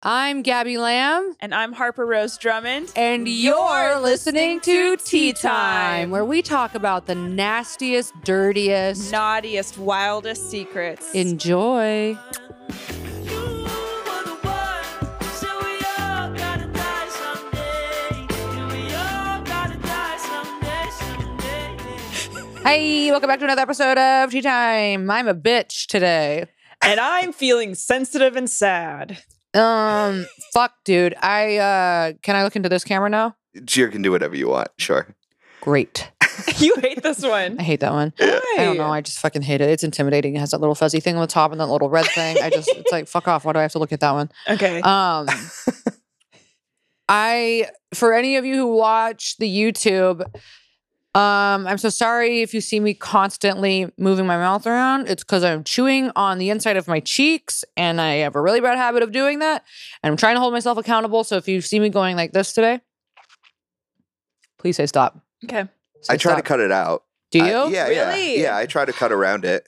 I'm Gabby Lamb, And I'm Harper Rose Drummond. and you're listening to Tea Time, where we talk about the nastiest, dirtiest. Naughtiest, wildest secrets. Enjoy. Hey, welcome back to another episode of Tea Time. I'm a bitch today. and I'm feeling sensitive and sad. Um, fuck, dude. I uh, can I look into this camera now? Cheer can do whatever you want. Sure. Great. you hate this one. I hate that one. I don't know. I just fucking hate it. It's intimidating. It has that little fuzzy thing on the top and that little red thing. I just, it's like, fuck off. Why do I have to look at that one? Okay. Um, I for any of you who watch the YouTube, um, I'm so sorry if you see me constantly moving my mouth around. It's because I'm chewing on the inside of my cheeks, and I have a really bad habit of doing that. And I'm trying to hold myself accountable. So if you see me going like this today, please say stop. okay. I Say try to stop. cut it out. Do you? I- yeah, Really? yeah. Yeah, I try to cut around it.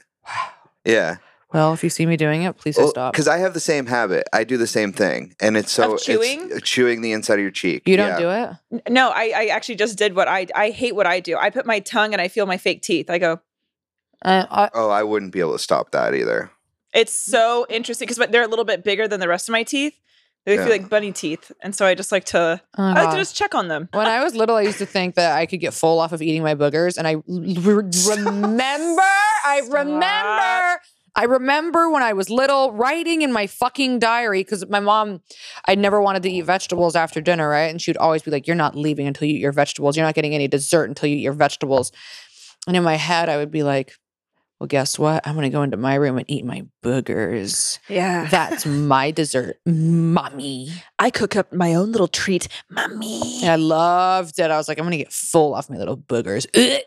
Yeah. Well, if you see me doing it, please say stop. Because I have the same habit. I do the same thing. And it's so Of chewing? it's chewing the inside of your cheek. You don't yeah. do it. N- No, I, I actually just did what I I hate what I do. I put my tongue and I feel my fake teeth. I go, Uh, I, Oh, I wouldn't be able to stop that either. it's so interesting because they're a little bit bigger than the rest of my teeth. They Yeah. feel like bunny teeth. And so I just like to oh my I like God. to just check on them. When I was little, I used to think that I could get full off of eating my boogers, and I l- re- remember, I Stop. remember, I remember when I was little writing in my fucking diary because my mom, I never wanted to eat vegetables after dinner, right? And she would always be like, "You're not leaving until you eat your vegetables. You're not getting any dessert until you eat your vegetables." And in my head, I would be like, "Well, guess what? I'm gonna go into my room and eat my boogers. Yeah. That's my dessert, mommy." I cook up my own little treat, mommy. And I loved it. I was like, I'm gonna get full off my little boogers. Ugh.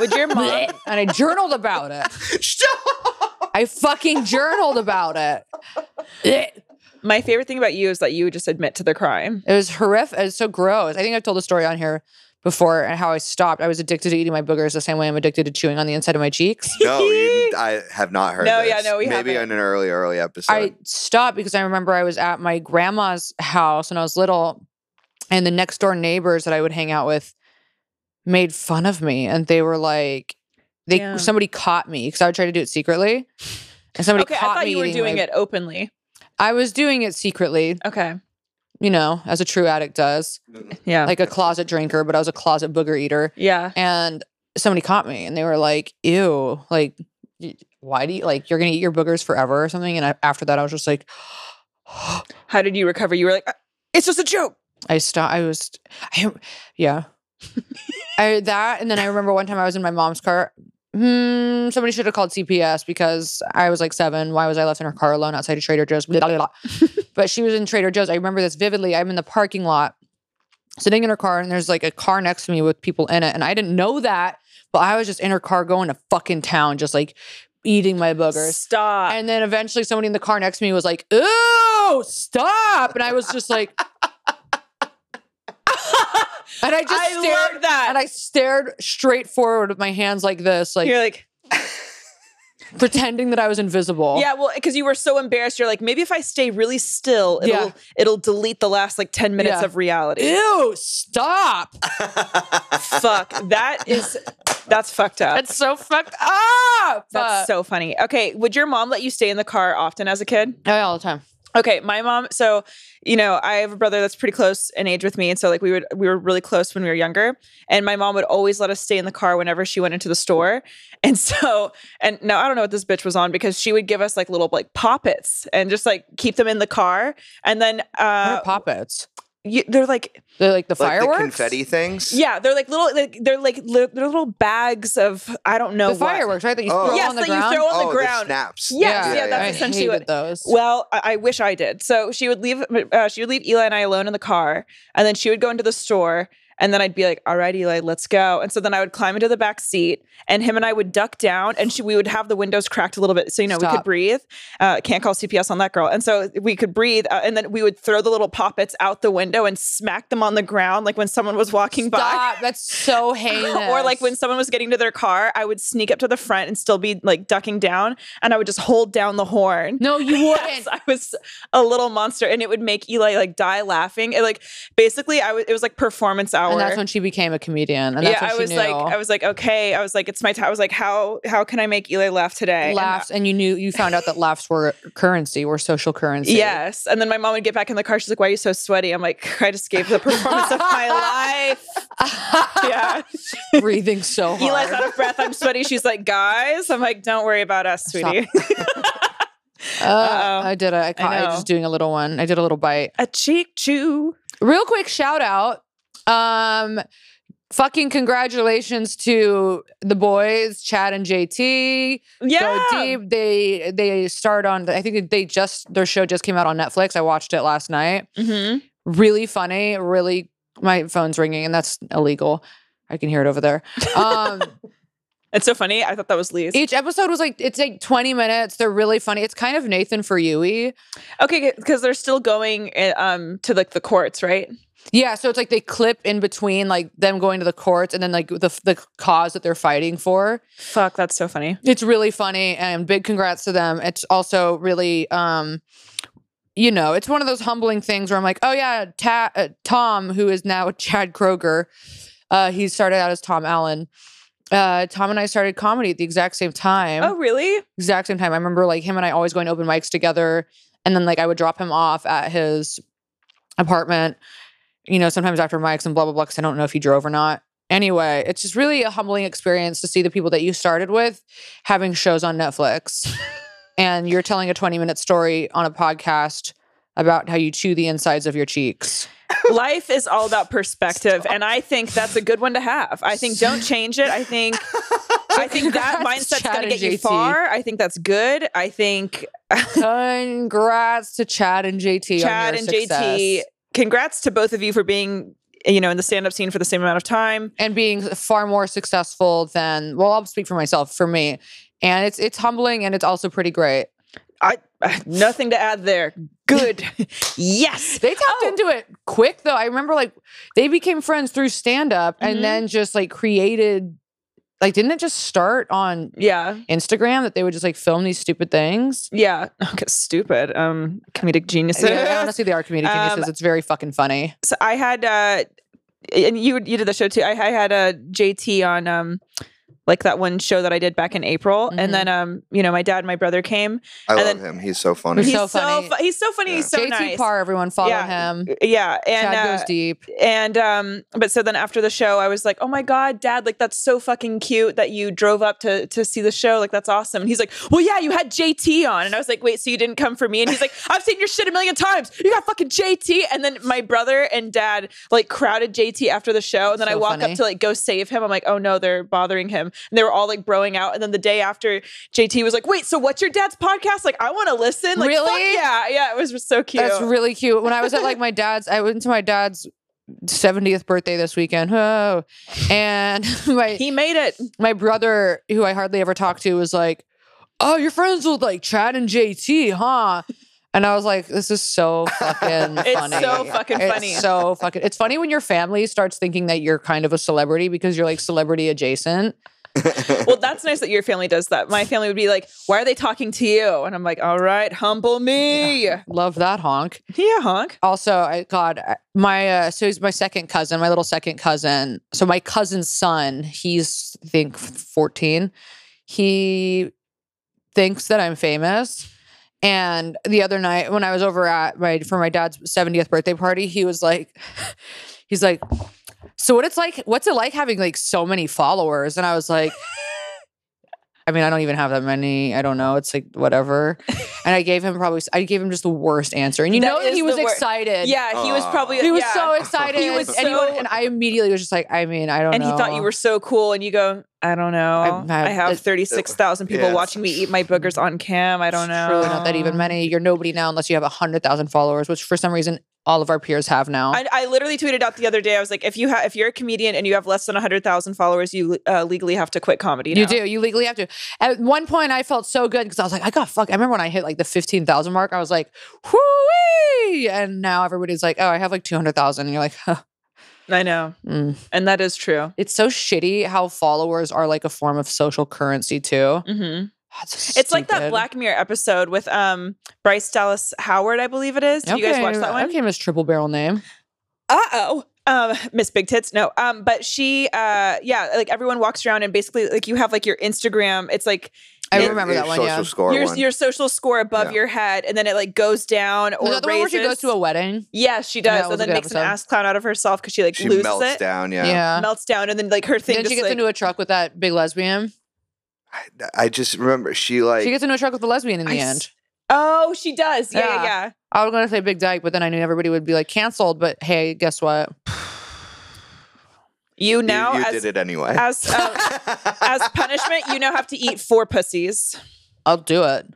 Would your mom and I journaled about it. I fucking journaled about it. Ugh. My favorite thing about you is that you just admit to the crime. It was horrific. It's so gross. I think I've told the story on here before and how I stopped. I was addicted to eating my boogers the same way I'm addicted to chewing on the inside of my cheeks. No, you, I have not heard No, this. yeah, no, we Maybe haven't. in an early, early episode. I stopped because I remember I was at my grandma's house when I was little, and the next door neighbors that I would hang out with made fun of me, and they were like, they Yeah. somebody caught me because I would try to do it secretly, and somebody Okay, I caught thought me you were eating doing my- it openly. I was doing it secretly, Okay. you know, as a true addict does, Yeah. like a closet drinker, but I was a closet booger eater, yeah. and somebody caught me, and they were like, "Ew, like." y- Why do you like you're gonna eat your boogers forever or something? And I, after that, I was just like, How did you recover? You were like, "Uh, it's just a joke. I stopped. I was, I, yeah. I that, and then I remember one time I was in my mom's car. Hmm, somebody should have called CPS because I was like seven. Why was I left in her car alone outside of Trader Joe's? Blah, blah, blah. but she was in Trader Joe's. I remember this vividly. I'm in the parking lot, sitting in her car, and there's like a car next to me with people in it, and I didn't know that, but I was just in her car going to fucking town, just like eating my boogers. Stop. And then eventually somebody in the car next to me was like, "Ooh, stop!" And I was just like, and I just I stared, love that. and I stared straight forward with my hands like this, like you're like, pretending that I was invisible. yeah, well, because you were so embarrassed. You're like, maybe if I stay really still, it'll Yeah. it'll delete the last like 10 minutes Yeah. of reality. Ew, stop! Fuck. That is that's fucked up. That's so fucked up. Uh, that's so funny. Okay. Would your mom let you stay in the car often as a kid? Oh, yeah, all the time. Okay, my mom. So, you know, I have a brother that's pretty close in age with me, and so like we would we were really close when we were younger. And my mom would always let us stay in the car whenever she went into the store. And so, and now I don't know what this bitch was on because she would give us like little like poppets and just like keep them in the car. And then They're uh, poppets. you, they're like They're like the like fireworks. the confetti things? yeah, they're like little like, they're like li- they're little bags of I don't know The what. fireworks, right? That you Oh. throw Yes, on the that you ground. throw on Oh, the the ground. snaps. Yes, yeah, that's I essentially what- hated those. Well, I, I wish I did. So she would leave. Uh, she would leave Eli and I alone in the car, and then she would go into the store, And then I'd be like, all right, Eli, let's go. And so then I would climb into the back seat and him and I would duck down and she, we would have the windows cracked a little bit. So, you know, we could Stop. breathe. Uh, can't call CPS on that girl. And so we could breathe. Uh, and then we would throw the little poppets out the window and smack them on the ground. Like when someone was walking by. Stop. That's so heinous. or like when someone was getting to their car, I would sneak up to the front and still be like ducking down, and I would just hold down the horn. No, you Yes, wouldn't. I was a little monster, and it would make Eli like die laughing. It like basically, I was it was like performance hour. and that's when she became a comedian. And that's yeah, when I she was knew. like, I was like, okay, I was like, it's my time. I was like, how how can I make Eli laugh today? And laughs, and you knew you found out that laughs were currency, were social currency. Yes. And then my mom would get back in the car. She's like, Why are you so sweaty? I'm like, I just gave the performance of my life. Yeah. breathing so hard. Eli's out of breath. I'm sweaty. She's like, Guys. I'm like, Don't worry about us, Stop. sweetie. Uh, I did a, I caught, I, know. was just doing a little one. I did a little bite. A cheek chew. Real quick shout out. Um, fucking congratulations to the boys, Chad and JT. Yeah. Go deep. They they start on. I think they just their show just came out on Netflix. I watched it last night. Mhm. Really funny. Really, my phone's ringing, and that's illegal. I can hear it over there. Um, It's so funny. I thought that was Lee's. each episode was like it's like twenty minutes. They're really funny. It's kind of Nathan for Yui. okay, because they're still going uh, um to like the courts, right? Yeah, so it's like they clip in between like them going to the courts and then like the the cause that they're fighting for. Fuck, that's so funny. It's really funny and big congrats to them. It's also really um you know, it's one of those humbling things where I'm like, "Oh yeah, Ta- uh, Tom who is now Chad Kroger. Uh he started out as Tom Allen. Uh, Tom and I started comedy at the exact same time Oh, really? exact same time. I remember like him and I always going to open mics together, and then like I would drop him off at his apartment. You know, sometimes after mics and blah blah blah. Because I don't know if he drove or not. Anyway, it's just really a humbling experience to see the people that you started with having shows on Netflix, and you're telling a 20 minute story on a podcast about how you chew the insides of your cheeks. Life is all about perspective, and I think that's a good one to have. I think don't change it. I think I think that Congrats, mindset's Chad going to and get you JT. far. I think that's good. I think Congrats to Chad and JT. Chad on and your success. JT, congrats to both of you for being you know in the stand-up scene for the same amount of time. and being far more successful than well i'll speak for myself for me and it's it's humbling and it's also pretty great I nothing to add there. Good. yes. they tapped Oh. into it quick though i remember like they became friends through stand up Mhm. and then just like created like didn't it just start on Yeah. instagram that they would just like film these stupid things Yeah. Okay, stupid. Um comedic geniuses. yeah, honestly they are comedic Um, geniuses it's very fucking funny so I had uh and you you did the show too. I, I had a JT on um like that one show that I did back in April, Mhm. and then um you know my dad and my brother came. I And love then- him. He's so funny. so funny. fu- he's so funny. Yeah. He's so jt nice. parr everyone follow Yeah. him Yeah, and chad uh, goes deep and um but so then after the show i was like oh my god dad like that's so fucking cute that you drove up to to see the show like that's awesome and he's like well yeah you had jt on and i was like wait so you didn't come for me and he's like i've seen your shit a million times you got fucking jt and then my brother and dad like crowded jt after the show and then i So walk funny. up to like go save him i'm like oh no they're bothering him and they were all like broing out and then the day after jt was like wait so what's your dad's podcast like i want to listen like Really? fuck yeah yeah it was just so cute That's really cute. When I was at like my dad's, I went to my dad's 70th birthday this weekend. Whoa. And my he made it my brother, who I hardly ever talk to, was like, Oh, you're friends with like Chad and JT, huh? And I was like, this is so fucking It's funny. so fucking It's funny. so fucking it's funny when your family starts thinking that you're kind of a celebrity because you're like celebrity adjacent. well, that's nice that your family does that. My family would be like, "Why are they talking to you?" And I'm like, "All right, humble me." Yeah, Love that honk. honk. also i god I- my uh so he's my second cousin my little second cousin so my cousin's son he's i think 14 he thinks that i'm famous and the other night when i was over at my for my dad's 70th birthday party he was like he's like so what it's like what's it like having like so many followers and i was like I mean, I don't even have that many. I don't know. It's like whatever. And I gave him probably, I gave him just the worst answer. And you That know that is he was the wor- excited. Yeah, he was Aw. probably He was yeah. so excited. He was and, went- so- and I immediately was just like, I mean, I don't and know. he thought you were so cool, and you go, "I don't know. I'm- I, I- have it- thirty six thousand people Yeah. watching me eat my boogers on cam. I don't know. Truly not that even many. You're nobody now unless you have 100,000 followers, which for some reason all of our peers have now. I, I literally tweeted out the other day. I was like, if you have, if you're a comedian and you have less than hundred thousand followers, you uh, legally have to quit comedy. you now. do. You legally have to. At one point, I felt so good because I was like, I got fuck. I remember when I hit like the fifteen thousand mark, I was like, whoo And now everybody's like, oh, I have like two hundred thousand, and you're like, huh. I know, mm. and that is true. it's so shitty how followers are like a form of social currency too. hmm That's It's like that stupid. Black Mirror episode with um Bryce Dallas Howard, I believe it is. Did you guys watch that one? Okay, Miss Triple Barrel name. Uh oh. Um, Miss Big Tits. No. Um, but she uh yeah, like everyone walks around and basically like you have like your Instagram, it's like I It- remember that one. Social Yeah. score your one. your social score above Yeah. your head and then it like goes down or Is that the one where raises. she goes to a wedding? Yes, she Yeah, that does. was and a then good makes an episode. ass clown out of herself because she like she loses melts it. down. Yeah. Yeah. Melts down and then like her thing Then she just gets like, into a truck with that big lesbian. I, I just remember she like she gets into a truck with a lesbian in the I s- end. Oh, she does. Yeah, yeah, Yeah. yeah. I was going to say Big Dyke, but then I knew everybody would be like canceled. But hey, guess what? You you- now you, as did it anyway. as um, as punishment, you now have to eat four pussies. I'll do it.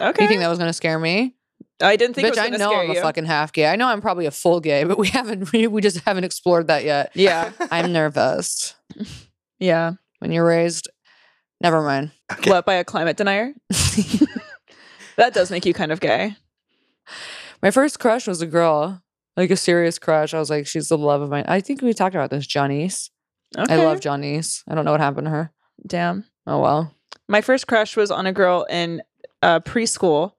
Okay. You think that was going to scare me? I didn't think Bitch, it I was going to know scare I'm you. a fucking half gay. I know I'm probably a full gay, but we haven't. We, we just haven't explored that yet. yeah. I'm nervous. Yeah. When you're raised, never mind. Okay. What by a climate denier? that does make you kind of gay. My first crush was a girl, like a serious crush. I was like, she's the love of my. I think we talked about this, Johnny's. Okay. I love Johnny's. I don't know what happened to her. Damn. Oh well. My first crush was on a girl in uh, preschool,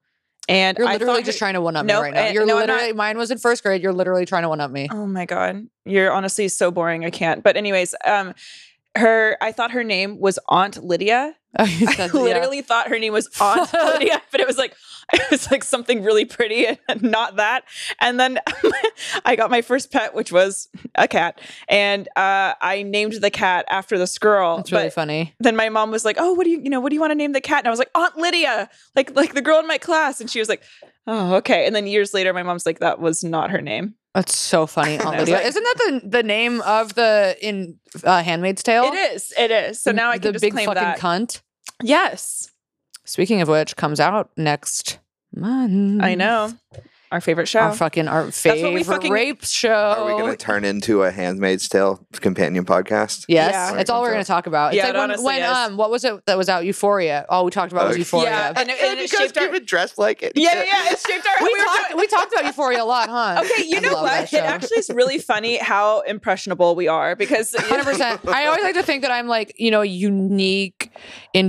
and You're I literally thought just her- trying to one up Nope, me right now. eh, You're no, I'm not- literally mine was in first grade. You're literally trying to one up me. Oh my god, you're honestly so boring. I can't. But anyways, um, her. I thought her name was Aunt Lydia. Oh, you I said- yeah. literally thought her name was Aunt Lydia, but it was like it was like something really pretty and not that. And then I got my first pet, which was a cat, and uh, I named the cat after this girl. That's really but funny. then my mom was like, "Oh, what do you, you know, what do you want to name the cat?" And I was like, "Aunt Lydia," like like the girl in my class. And she was like, "Oh, okay." And then years later, my mom's like, "That was not her name. That's so funny, Aunt I was Lydia. like- Isn't that the the name of the in uh, Handmaid's Tale? It is. It is." So now I can the just big claim fucking that. cunt. yes, Speaking of which, comes out next month. I know. Our favorite show. Mm-hmm. Our fucking our what we favorite fucking- rape show. Are we going to turn into a Handmaid's Tale companion podcast? Yes, Yeah. that's all we're going to talk about. It's Yeah, like it when, honestly when is. um, what was it that was out? Euphoria. All we talked about was Okay. Euphoria. Yeah, and it- and you it guys shaped our- keep it dressed like it. yeah, yeah, yeah. It shaped our. We, were talked, doing- we talked about Euphoria a lot, huh? Okay, you I know love that what? It show. actually is really funny how impressionable we are because you Hundred know, percent. I always like to think that I'm like you know a unique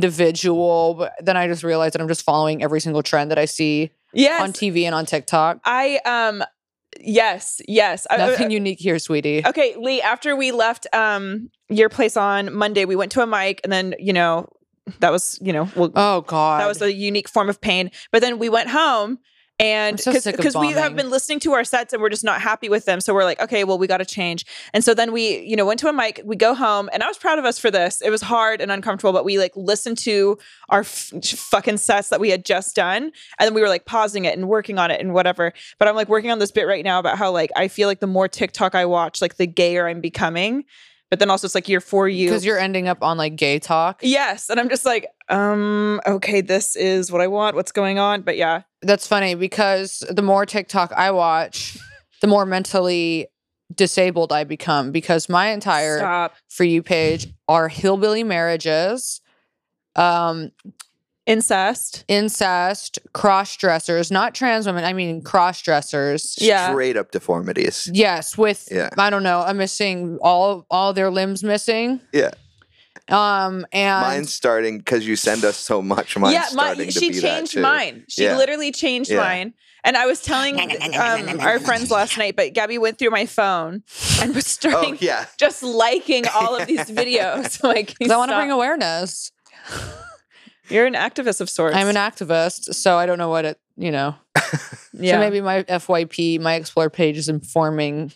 individual, but then I just realize that I'm just following every single trend that I see yes, on TV and on TikTok. I um yes, yes. I- I- Nothing unique here, sweetie. Uh, Okay, Lee, after we left um your place on Monday, we went to a mic and then, you know, that was, you know, well, Oh God, that was a unique form of pain. But then we went home and I'm so because sick of we have bombing. been listening to our sets and we're just not happy with them. So we're like, okay, well, we got to change. And so then we, you know, went to a mic, we go home, and I was proud of us for this. It was hard and uncomfortable, but we like listened to our f- fucking sets that we had just done. And then we were like pausing it and working on it and whatever. But I'm like working on this bit right now about how like I feel like the more TikTok I watch, like the gayer I'm becoming. But then also it's like year for you. because you're ending up on like gay talk. Yes. And I'm just like, um, okay, this is what I want. What's going on? But yeah. That's funny because the more TikTok I watch, the more mentally disabled I become because my entire Stop. for you page are hillbilly marriages, um, Incest. incest, cross dressers, not trans women, I mean cross dressers. Yeah. Straight up deformities. Yes, with Yeah. I don't know, I'm missing all all their limbs missing. Yeah. Um and Mine's starting because you send us so much. Mine's yeah, starting to she be that changed too. mine. She Yeah. literally changed Yeah. mine. And I was telling um, our friends last night, but Gabby went through my phone and was starting Oh yeah, just liking all of these videos. like, 'cause I want to bring stop. awareness. You're an activist of sorts. I'm an activist, so I don't know what it, you know. yeah. So maybe my FYP, my explore page is informing.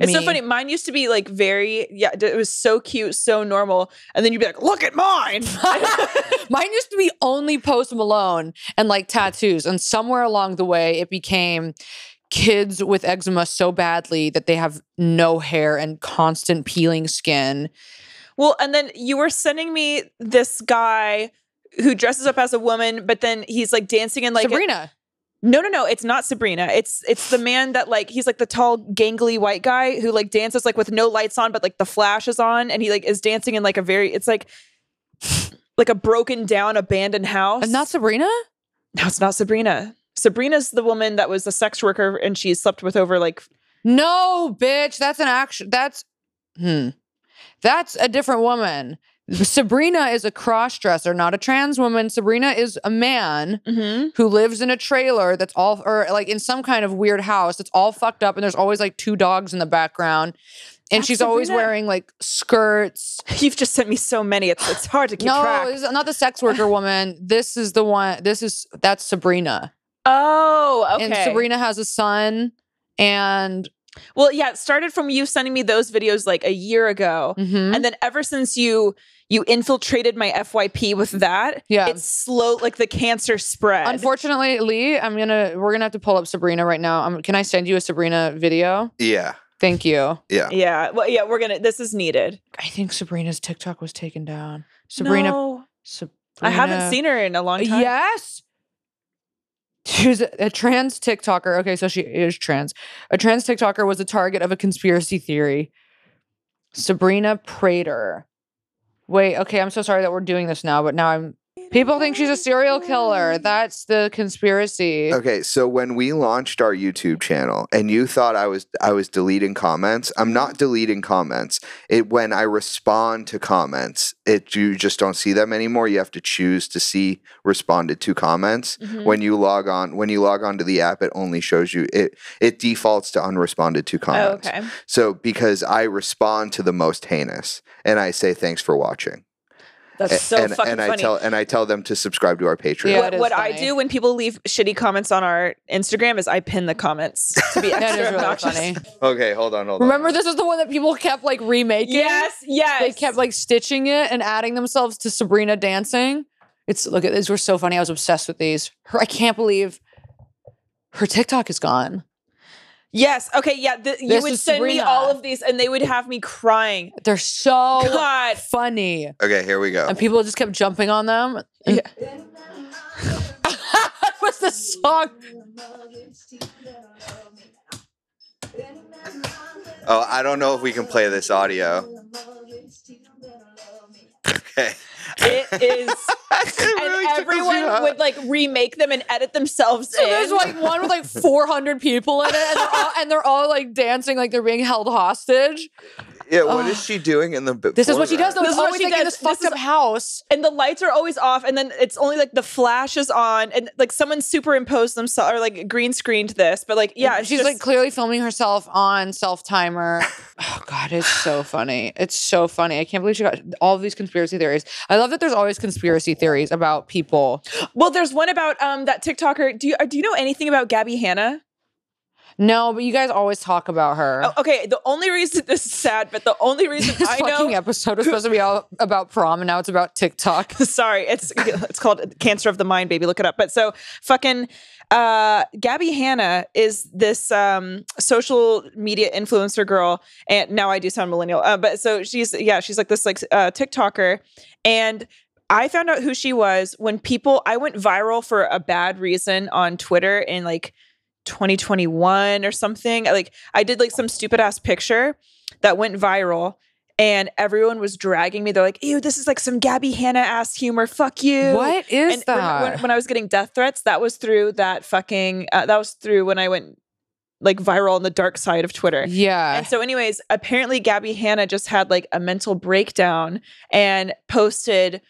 It's so me. funny. Mine used to be like very, yeah, it was so cute, so normal. And then you'd be like, look at mine. Mine used to be only Post Malone and like tattoos. And somewhere along the way, it became kids with eczema so badly that they have no hair and constant peeling skin. Well, and then you were sending me this guy who dresses up as a woman, but then he's like dancing in like a- Sabrina. No, no, no. It's not Sabrina. It's it's the man that like he's like the tall, gangly white guy who like dances like with no lights on, but like the flash is on, and he like is dancing in like a very it's like like a broken down abandoned house. And not Sabrina? no, it's not Sabrina. Sabrina's the woman that was the sex worker and she slept with over like No, bitch. That's an action. That's hmm. That's a different woman. Sabrina is a cross dresser, not a trans woman. Sabrina is a man who lives in a trailer that's all, or like in some kind of weird house that's all fucked up, and there's always like two dogs in the background, and That's she's always Sabrina. wearing like skirts. You've just sent me so many. It's it's hard to keep No, track. this is not the sex worker woman. This is the one. This is that's Sabrina, oh, okay. and Sabrina has a son, and Well, yeah, it started from you sending me those videos like a year ago. mhm. And then ever since you you infiltrated my FYP with that, yeah, it's slow like the cancer spread. Unfortunately, Lee, I'm gonna we're gonna have to pull up Sabrina right now. Um, can I send you a Sabrina video? Yeah. Thank you. Yeah. yeah. Well, yeah, we're going to this is needed. I think Sabrina's TikTok was taken down. Sabrina, No. Sabrina I haven't seen her in a long time. Yes. She was a, a trans TikToker. Okay, so she is trans. A trans TikToker was the target of a conspiracy theory. Sabrina Prater. Wait, okay, I'm so sorry that we're doing this now, but now I'm. People think she's a serial killer. That's the conspiracy. Okay, so when we launched our YouTube channel and you thought I was I was deleting comments, I'm not deleting comments. It when I respond to comments, it you just don't see them anymore. You have to choose to see responded to comments. Mm-hmm. Mhm. When you log on, when you log on to the app, it only shows you it it defaults to unresponded to Oh, comments. okay. So because I respond to the most heinous and I say thanks for watching. That's so and, fucking and I funny. tell and I tell them to subscribe to our Patreon. Yeah, it what is what I funny. do when people leave shitty comments on our Instagram is I pin the comments to be That extra is really obnoxious. funny. Okay, hold on, hold on. Remember, this is the one that people kept like remaking. Yes, yes. They kept like stitching it and adding themselves to Sabrina dancing. It's look at these were so funny. I was obsessed with these. Her, I can't believe her TikTok is gone. Yes. Okay. Yeah. The, you This would is send me Sabrina. all of these, and they would have me crying. They're so God. funny. Okay, here we go. And people just kept jumping on them. Yeah. What's the song? Oh, I don't know if we can play this audio. Okay. It is, and everyone would like remake them and edit themselves So in. there's like one with like 400 people in it, and they're all, and they're all like dancing like they're being held hostage. Yeah, what is Ugh. she doing in the b- This is what she does though. foreground? This It's is what always she like in does. this fucked This is- up house. and the lights are always off, and then it's only like the flash is on, and like someone superimposed themselves or like green screened this, but like yeah, And it's she's just- like clearly filming herself on self timer. oh god, it's so funny. It's so funny. I can't believe she got all these conspiracy theories. I love that there's always conspiracy theories about people. well, there's one about um that TikToker. Do you uh, do you know anything about Gabby Hanna? No, but you guys always talk about her. Oh, okay, the only reason this is sad, but the only reason this I fucking know. episode was supposed to be all about prom, and now it's about TikTok. Sorry, it's it's called cancer of the mind, baby. Look it up. But so fucking uh Gabby Hanna is this um social media influencer girl. And now I do sound millennial. Uh, but so she's yeah, she's like this like uh TikToker. And I found out who she was when people I went viral for a bad reason on Twitter in like 2021 or something. Like I did like some stupid ass picture that went viral and everyone was dragging me. They're like, ew, this is like some Gabby Hanna ass humor. Fuck you. What is And when- that? When, when I was getting death threats, that was through that fucking, uh, that was through when I went like viral on the dark side of Twitter. yeah. And so, anyways, apparently Gabby Hanna just had like a mental breakdown and posted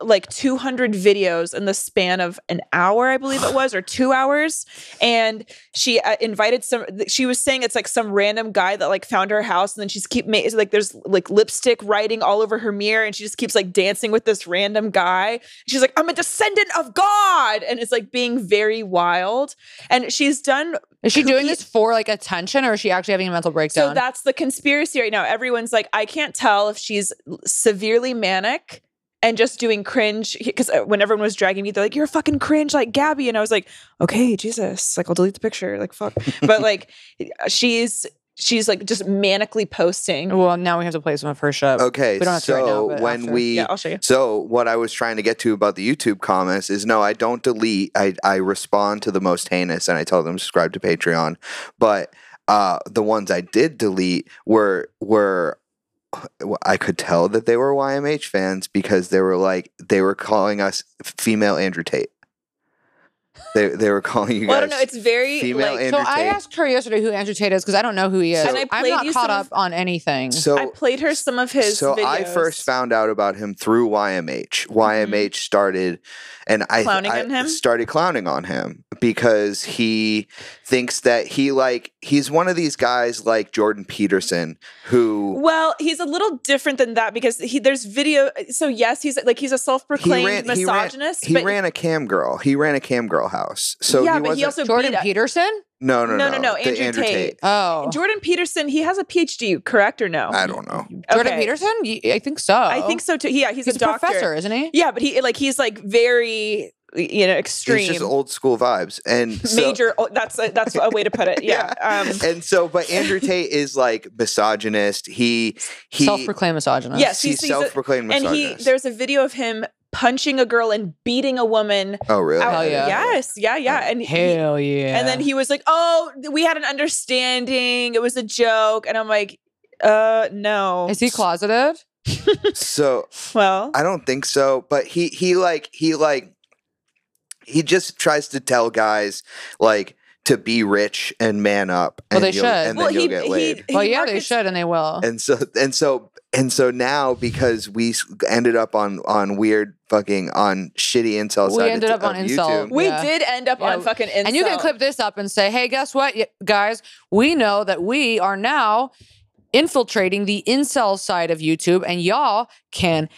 like 200 videos in the span of an hour, I believe it was, or two hours. And she uh, invited some, th- she was saying it's like some random guy that like found her house and then she's keep, ma- it's like there's like lipstick writing all over her mirror and she just keeps like dancing with this random guy. She's like, I'm a descendant of God. And it's like being very wild. And she's done Is she doing this for like attention, or is she actually having a mental breakdown? so that's the conspiracy right now. Everyone's like, I can't tell if she's severely manic and just doing cringe. Because when everyone was dragging me, they're like, "You're fucking cringe, like Gabby," and I was like, "Okay, Jesus, like I'll delete the picture, like fuck." But like, uh, she's she's like just manically posting. Well, now we have to play some of her shit. Okay, We don't have to so right now, but when after. we Yeah, I'll show you. so what I was trying to get to about the YouTube comments is no, I don't delete. I I respond to the most heinous and I tell them to subscribe to Patreon. But uh, the ones I did delete were were I could tell that they were YMH fans because they were like they were calling us female Andrew Tate. They they were calling you guys. Well, I don't know. It's very female like So Andrew I Tate. asked her yesterday who Andrew Tate is because I don't know who he is. And I I'm played not you caught some up of- on anything. so I played her some of his. so I videos. Mm-hmm. first found out about him through YMH. YMH started, and I, Clowning I on him? started clowning on him because he thinks that he like he's one of these guys like Jordan Peterson who Well, he's a little different than that because he there's video. uh, So yes, he's like he's a self-proclaimed ran- he ran- misogynist. he but ran a cam girl. He ran a cam girl house. So yeah, he but wasn't, he also Jordan beat up- Peterson? no no No, no no, no, the Andrew Tate. Oh, Oh. Jordan Peterson. He has a PhD, correct or no? I don't know. Jordan Okay. Peterson? Y- I think so. I think so too. Yeah, he's, He's a a doctor. professor, isn't he? Yeah, but he like he's like very you know It's extreme, just old school vibes and so, major. oh, that's a, that's a way to put it. Yeah. Um, and so but Andrew Tate is like misogynist. He he Self-proclaimed misogynist. Yes, he's- he's, he's a- self-proclaimed and misogynist. he there's a video of him punching a girl and beating a woman. oh really? out- Hell yeah. Yes. Yeah. Yeah. And he- Hell yeah. And then he was like, "Oh, we had an understanding. It was a joke." And I'm like, "Uh, no." Is he closeted? So Well, I don't think so, but he he like he like he just tries to tell guys like to be rich and man up. Well, And they you'll- should. And well, then you'll he, get he- laid. he Well, yeah, they markets- should and they will. and so and so and so now because we s- ended up on on weird fucking on shitty incel We side ended of, up on of incel. YouTube. We Yeah. did end up Yeah, on fucking Insta. and you can clip this up and say, hey, guess what, y- guys? We know that we are now infiltrating the incel side of YouTube, and y'all can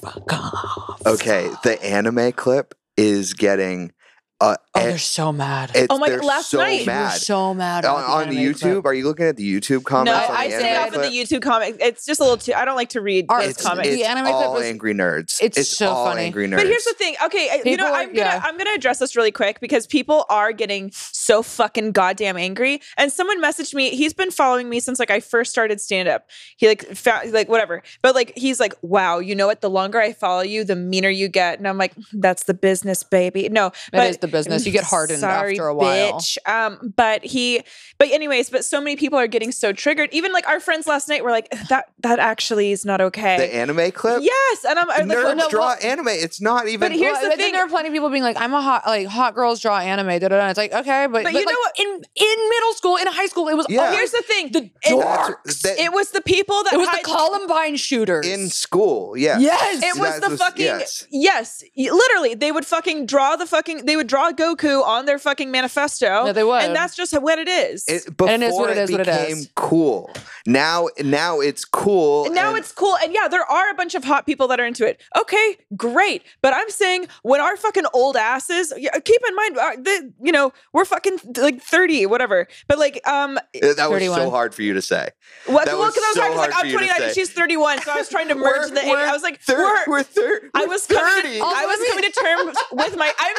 fuck off. Okay, the anime clip is getting uh Oh, and they're so mad. it's, Oh my- they're last so night- They were They're mad. so mad. on, about on the anime clip. YouTube, are you looking at the No, YouTube comments? on I the stay anime off of clip? the YouTube comment. It's just a little too. I don't like to read Our- those it's, comments. It's The anime clip all was- angry nerds. it's so all funny. angry nerds. But here's the thing. Okay, I- you People know, are- I'm gonna yeah. I'm gonna address this really quick because people are getting so fucking goddamn angry. And someone messaged me. He's been following me since like I first started stand up. He like found like whatever. But like he's like, wow, you know what? The longer I follow you, the meaner you get. And I'm like, "Hmm, that's the business, baby. No, That is the business. You get hardened Sorry, after a while. Bitch. Um, but he, but anyways, but so many people are getting so triggered. Even like our friends last night were like, that that actually is not okay. the anime clip. yes, and I'm, I'm like, nerds well, no, draw well- anime. It's not even. But here's Well, the but thing- Then there are plenty of people being like, "I'm a hot like hot girls draw anime." Da, da, da. It's like okay, but, But you like, know what- In in middle school, in high school, it was Yeah. always- Here's the thing. The That's- dorks. that- it was the people that it was the had- Columbine shooters. in school. Yeah. yes, It was That the was- fucking yes. yes. y- literally. They would fucking draw the fucking. They would draw Goku on their fucking manifesto. Yeah, they would. and that's just what it is. It, before it is what it is, what it became is. cool. Now, now it's cool. And now and- it's cool, and yeah, there are a bunch of hot people that are into it. Okay, great, but I'm saying when our fucking old asses, yeah, keep in mind, uh, the, you know, we're fucking like thirty, whatever. But like, um, Uh, That was 31. so hard for you to say. what? That well, was because I was so talking like hard for I'm you to 29 and say. she's 31, so I was trying to merge the. eight. I was like, third, we're, we're, third. I was coming. To, oh, 30. I was coming to terms with my. I'm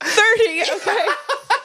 thirty. Okay.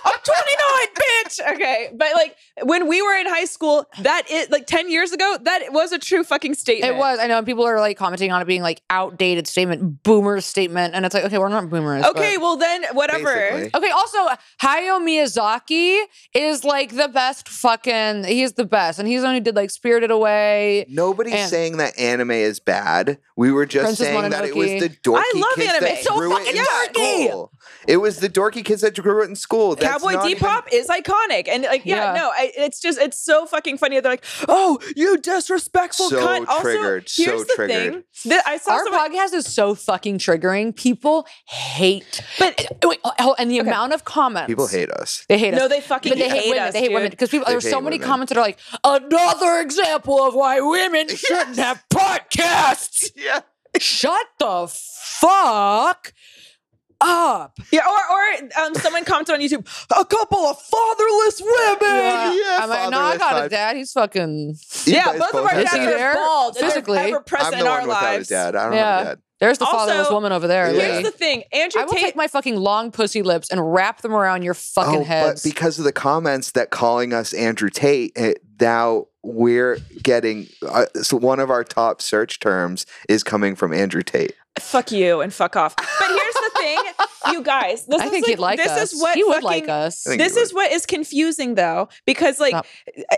I'm 29, bitch. Okay, but like when we were in high school, that is like 10 years ago. That was a true fucking statement. It was. I know and people are like commenting on it being like outdated statement, boomer statement, and it's like, okay, we're not boomers. but- Okay, well then, whatever. Basically. Okay. Also, Hayao Miyazaki is like the best fucking. He's the best, and he's the one who did like Spirited Away. Nobody's And- saying that anime is bad. We were just Princess saying that it was Mononoke. the dorky I love kids anime. that It's so grew it fucking in dorky. school. It was the dorky kids that grew it in school. That's Cowboy not even- Depop is iconic, and like, yeah, Yeah. no, I, it's just it's so fucking funny. They're like, "Oh, you disrespectful So cunt." Also, triggered, so here's the triggered. thing that I saw Our someone. podcast is so fucking triggering. People hate, But- Uh, wait, oh, and the amount of comments People hate us. They hate us. No, they fucking But they hate hate women. us, they hate women dude. because people. They There's so hate many women. comments that are like another example of why women shouldn't have podcasts. Yeah. Shut the fuck up. Yeah, or or um, someone commented on YouTube, a couple of fatherless women. Yeah, yeah. I'm like, no, I fatherless got a type. dad. He's fucking. You yeah, guys both of our have dads dads. are bald. and they're Physically. ever present I'm in the our one without a lives. dad. I don't Yeah. have a dad. There's the Also, fatherless woman over there. Yeah. Here's lady. the thing, Andrew I will Tate. take my fucking long pussy lips and wrap them around your fucking heads. Oh, but because of the comments that calling us Andrew Tate, it, now we're getting uh, so one of our top search terms is coming from Andrew Tate. fuck you and fuck off. But here's the thing, you guys. This I is think like, he'd like this us. is what he would fucking- like us. I think This he is what is confusing though, because like Stop.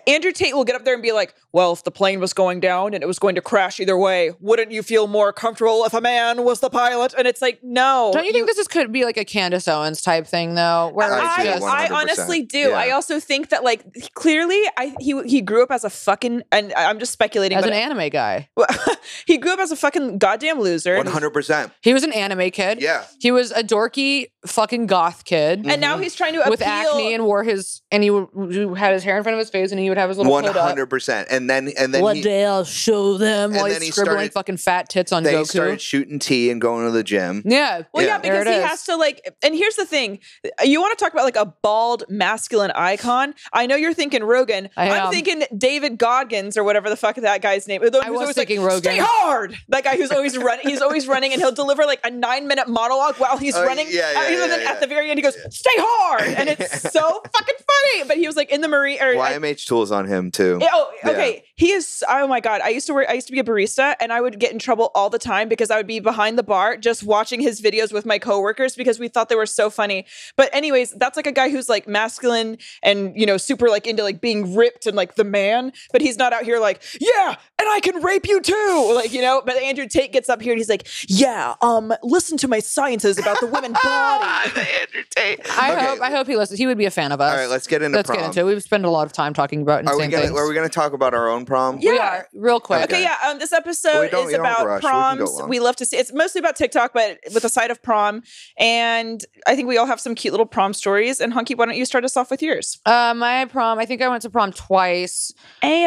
Andrew Tate will get up there and be like, "Well, if the plane was going down and it was going to crash either way, wouldn't you feel more comfortable if a man was the pilot?" And it's like, no, Don't you think this is, could be like a Candace Owens type thing though? Where I it's do, just, one hundred I, I 100%. honestly do. Yeah. I also think that like clearly, I he he grew up as a fucking and I- I'm just speculating, as an but anime guy, he grew up as a fucking goddamn loser. One hundred percent. he was an anime kid. Yeah. He was a dorky fucking goth kid And now he's trying to with appeal. acne and wore his and he w- had his hair in front of his face and he would have his little One one hundred. hundred percent. And then and then One he, day I'll show them And while then he he's scribbling started- fucking fat tits on they Goku. started shooting tea and going to the gym. yeah, Well, yeah, Yeah. There because he it is. has to like. And here's the thing: you want to talk about like a bald masculine icon. I know you're thinking Rogan. I am am. thinking David Goggins or whatever the fuck that guy's name. The one I who's was always thinking like, Rogan. Stay hard. That guy who's always running. He's always running, and he'll deliver like a nine minute monologue while he's Oh, running. yeah, yeah, Uh, and yeah, then yeah. At the very end, he goes, "Stay hard," and it's so fucking funny. But he was like in the Marine. Or, I- YMH tools on him too. yeah, Oh, Yeah. okay. He is. Oh my god. I used to work. I used to be a barista, and I would get in trouble all the time because I would be behind the bar just watching his videos with my coworkers because we thought they were so funny. But anyways, that's like a guy who's like masculine and you know super like into like being ripped and like the man, but he's not out here like yeah, and I can rape you too, like you know. But Andrew Tate gets up here and he's like yeah, um, listen to my sciences about the women body. Andrew Tate. I Okay, hope I hope he listens. He would be a fan of us. All right, let's get into Let's prom. get into it. We've spent a lot of time talking about Are insane we gonna things. are we gonna talk about our own prom? Yeah. We are real quick. Okay, Okay. yeah. Um, this We episode don't- is we don't about rush. We can go proms. long. We, love to see. It's mostly about TikTok, but with a side of prom. And I think we all have some cute little prom stories. And Hunky, why don't you start us off with yours? Uh, my prom. I think I went to prom twice,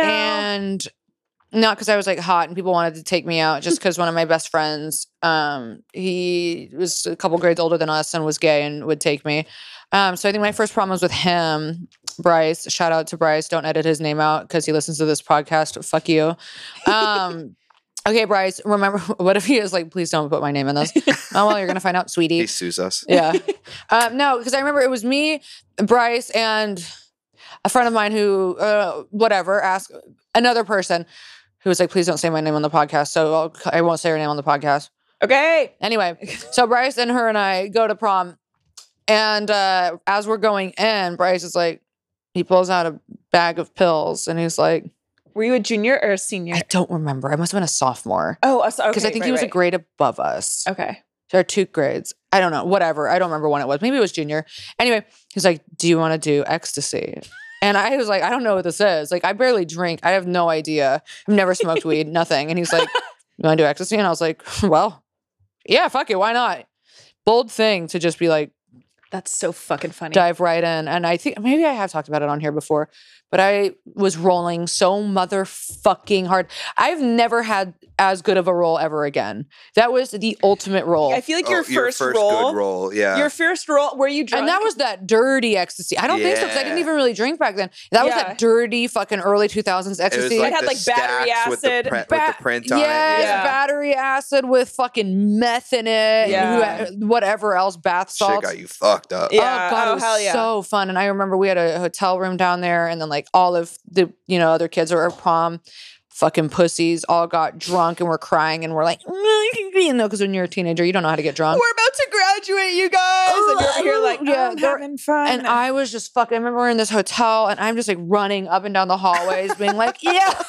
and not because I was like hot and people wanted to take me out, just because one of my best friends, um, he was a couple grades older than us and was gay and would take me. Um, so I think my first prom was with him, Bryce. Shout out to Bryce. Don't edit his name out because he listens to this podcast. Fuck you. Um, okay, Bryce. Remember, what if he is like, please don't put my name in this? oh well, you're gonna find out, sweetie. He sues us. Yeah. um, no, because I remember it was me, Bryce, and a friend of mine who, uh, whatever, asked another person who was like, please don't say my name on the podcast. So I'll, I won't say her name on the podcast. okay. Anyway, so Bryce and her and I go to prom. And uh, as we're going in, Bryce is like, he pulls out a bag of pills and he's like, Were you a junior or a senior? I don't remember. I must have been a sophomore oh, a so- okay. because I think he right, was a right. grade above us Okay. or two grades. I don't know, whatever. I don't remember when it was. Maybe it was junior. Anyway, he's like, Do you want to do ecstasy? And I was like, I don't know what this is. Like, I barely drink. I have no idea. I've never smoked weed, nothing. And he's like, You want to do ecstasy? And I was like, Well, yeah, fuck it. Why not? Bold thing to just be like, That's so fucking funny. dive right in. And I think maybe I have talked about it on here before, but I was rolling so motherfucking hard. I've never had as good of a roll ever again. That was the ultimate roll. I feel like Oh, your, first good role. role. Yeah. Your first role. Were you drunk? And that was that dirty ecstasy. I don't think so because I didn't Yeah. even really drink back then. That was Yeah. that dirty fucking early 2000s it was ecstasy. like had, the like, battery stacks with the acid. pre- with the, Ba- print on yes, it. Yeah. battery acid with fucking meth in it. Yeah. and wha- whatever else, bath Shit salts. got you fucked up. Yeah. Oh god, Oh, it was hell yeah. so fun. And I remember we had a hotel room down there, and then like all of the you know other kids were at prom, fucking pussies, all got drunk and were crying and we're like, "Mm, you know, because when you're a teenager, you don't know how to get We're drunk. about to graduate, you guys. and you're over here like, Yeah, I'm they're- having fun. And I was just fucking. I remember we're in this hotel, and I'm just like running up and down the hallways, being like, "Yeah,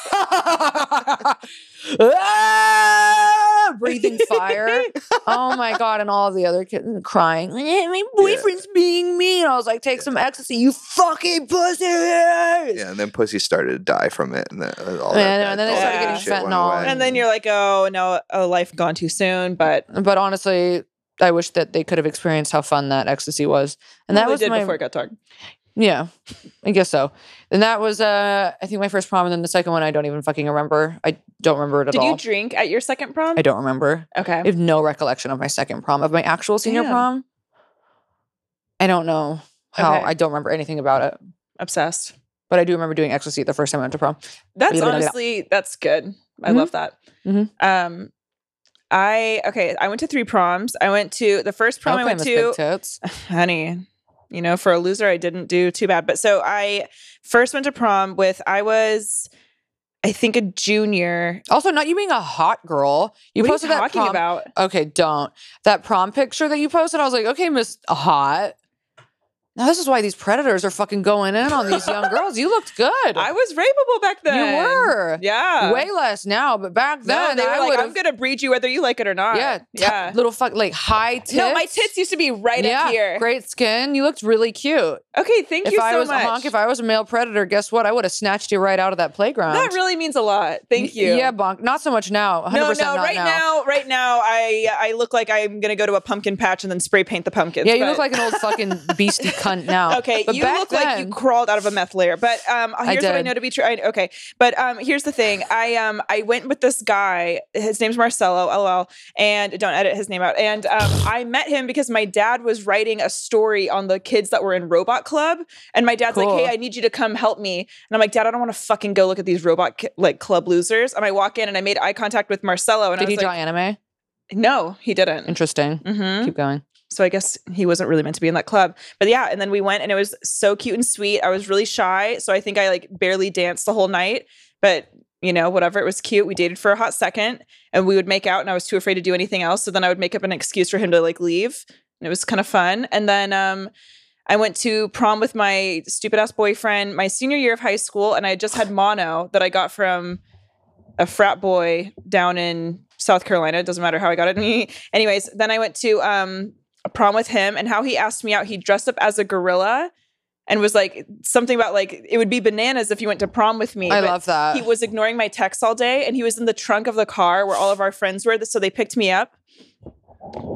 Ah! breathing fire." Oh my god! And all of the other kids crying. "Eh, My boyfriend's being mean. I was like, "Take some ecstasy, you fucking pussy!" Yeah, and then pussy started to die from it, and then uh, all And- that bad- and then they all started that getting shit went fentanyl away. and then you're like, oh no, a life gone too soon. But But honestly, I wish that they could have experienced how fun that ecstasy was. And that Well, they was did my before it got dark. Yeah, I guess so. And that was, uh, I think, my first prom, and then the second one, I don't even fucking remember. I don't remember it at Did all. you drink at your second prom? I don't remember. I Okay. have no recollection of my second prom, of my actual senior Damn. prom. I don't know how. Okay. I don't remember anything about it. Obsessed. But I do remember doing ecstasy the first time I went to prom. That's Leave it at that. honestly that's good. I Mhm. love that. Mhm. Um, I okay. I went to three proms. I went to the first prom I Okay, went Miss to, Big Tits. honey. You know, for a loser, I didn't do too bad. But so I first went to prom with I was, I think a junior. Also, not you being a hot girl. You what posted are you that talking prom. about? Okay, don't that prom picture that you posted. I was like, okay, Miss Hot. Now this is why these predators are fucking going in on these young girls. You looked good. I was rapeable back you then. were. yeah. Way less now, but back no, then they were I like, would I'm gonna breed you whether you like it or not. Yeah, t- yeah. Little fuck like high tits. No, my tits used to be right up here. Great skin. You looked really cute. Okay, thank if you I so was much. a honk, if I was a male predator, guess what? I would have snatched you right out of that playground. that really means a lot. Thank Y- you. Yeah, bonk. Not so much now. 100% No, no, not right now. right now, I I look like I'm gonna go to a pumpkin patch and then spray paint the pumpkins. yeah, you but- look like an old fucking beastie cunt now. Okay, but you back look like then- you crawled out of a meth layer. But um, here's what I did. know to be true. I, okay, but um, here's the thing. I um, I went with this guy. His name's Marcelo. Lol. And don't edit his name out. And um, I met him because my dad was writing a story on the kids that were in Robot Club. And my dad's Cool. like, "Hey, I need you to come help me." And I'm like, "Dad, I don't want to fucking go look at these Robot ki- like Club losers." And I walk in and I made eye contact with Marcelo. And Did I he was draw like, anime? "No, he didn't." Interesting. hmm Keep going. so I guess he wasn't really meant to be in that club. But yeah, and then we went and it was so cute and sweet. I was really shy, so I think I like barely danced the whole night, but you know, whatever, it was cute. We dated for a hot second and we would make out and I was too afraid to do anything else, so then I would make up an excuse for him to like leave. And it was kind of fun. And then um I went to prom with my stupid ass boyfriend my senior year of high school and I had just had mono that I got from a frat boy down in South Carolina. It doesn't matter how I got it. Anyways, then I went to um a prom with him and how he asked me out. He dressed up as a gorilla and was like something about like it would be bananas if you went to prom with me. I but love that. He was ignoring my texts all day and he was in the trunk of the car where all of our friends were. So they picked me up.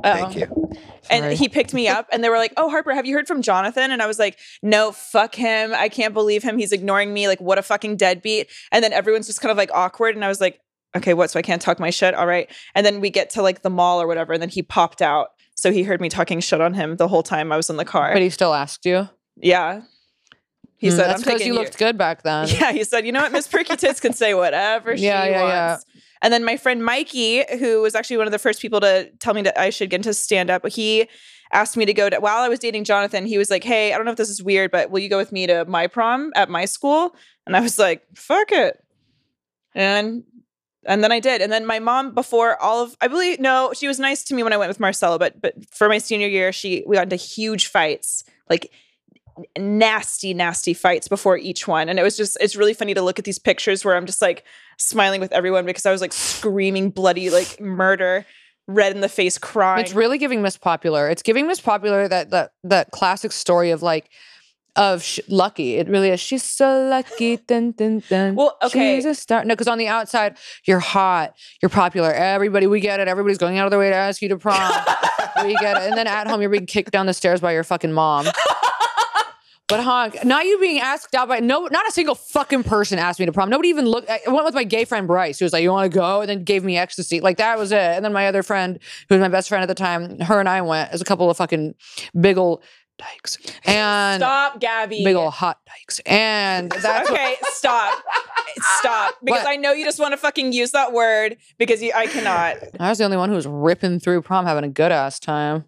Thank Oh. you. And Sorry. he picked me up and they were like, "Oh, Harper, have you heard from Jonathan?" And I was like, "No, fuck him. I can't believe him. He's ignoring me. Like what a fucking deadbeat." And then everyone's just kind of like awkward and I was like, "Okay, what? So I can't talk my shit. All right." And then we get to like the mall or whatever and then he popped out. So he heard me talking shit on him the whole time I was in the car. but he still asked you. yeah. He Hmm, said, that's "I'm taking you you." looked good back then. Yeah, he said, you know what, Miss Perky Tits can say whatever she Yeah, yeah, yeah. wants. And then my friend Mikey, who was actually one of the first people to tell me that I should get into stand up, he asked me to go to while I was dating Jonathan. He was like, "Hey, I don't know if this is weird, but will you go with me to my prom at my school?" And I was like, "Fuck it," and and then I did. And then my mom, before all of, I believe no, she was nice to me when I went with Marcella, but but for my senior year, she we got into huge fights, like nasty, nasty fights before each one. And it was just, it's really funny to look at these pictures where I'm just like smiling with everyone because I was like screaming bloody like murder, red in the face, crying. It's really giving Miss Popular. It's giving Miss Popular that that that classic story of like of sh- lucky. It really is. She's so lucky. Dun, dun, dun. Well, okay. She's a star. No, because on the outside, you're hot. You're popular. Everybody, we get it. Everybody's going out of their way to ask you to prom. we get it. And then at home, you're being kicked down the stairs by your fucking mom. But honk, not you being asked out by no, not a single fucking person asked me to prom. Nobody even looked. I went with my gay friend Bryce, who was like, "You want to go?" and then gave me ecstasy. Like that was it. And then my other friend, who was my best friend at the time, her and I went as a couple of fucking big ol' dykes and Stop, Gabby. big ol' hot dykes. And that's what- okay, stop. Stop. Because What? I know you just want to fucking use that word because you, I cannot. I was the only one who was ripping through prom, having a good ass time.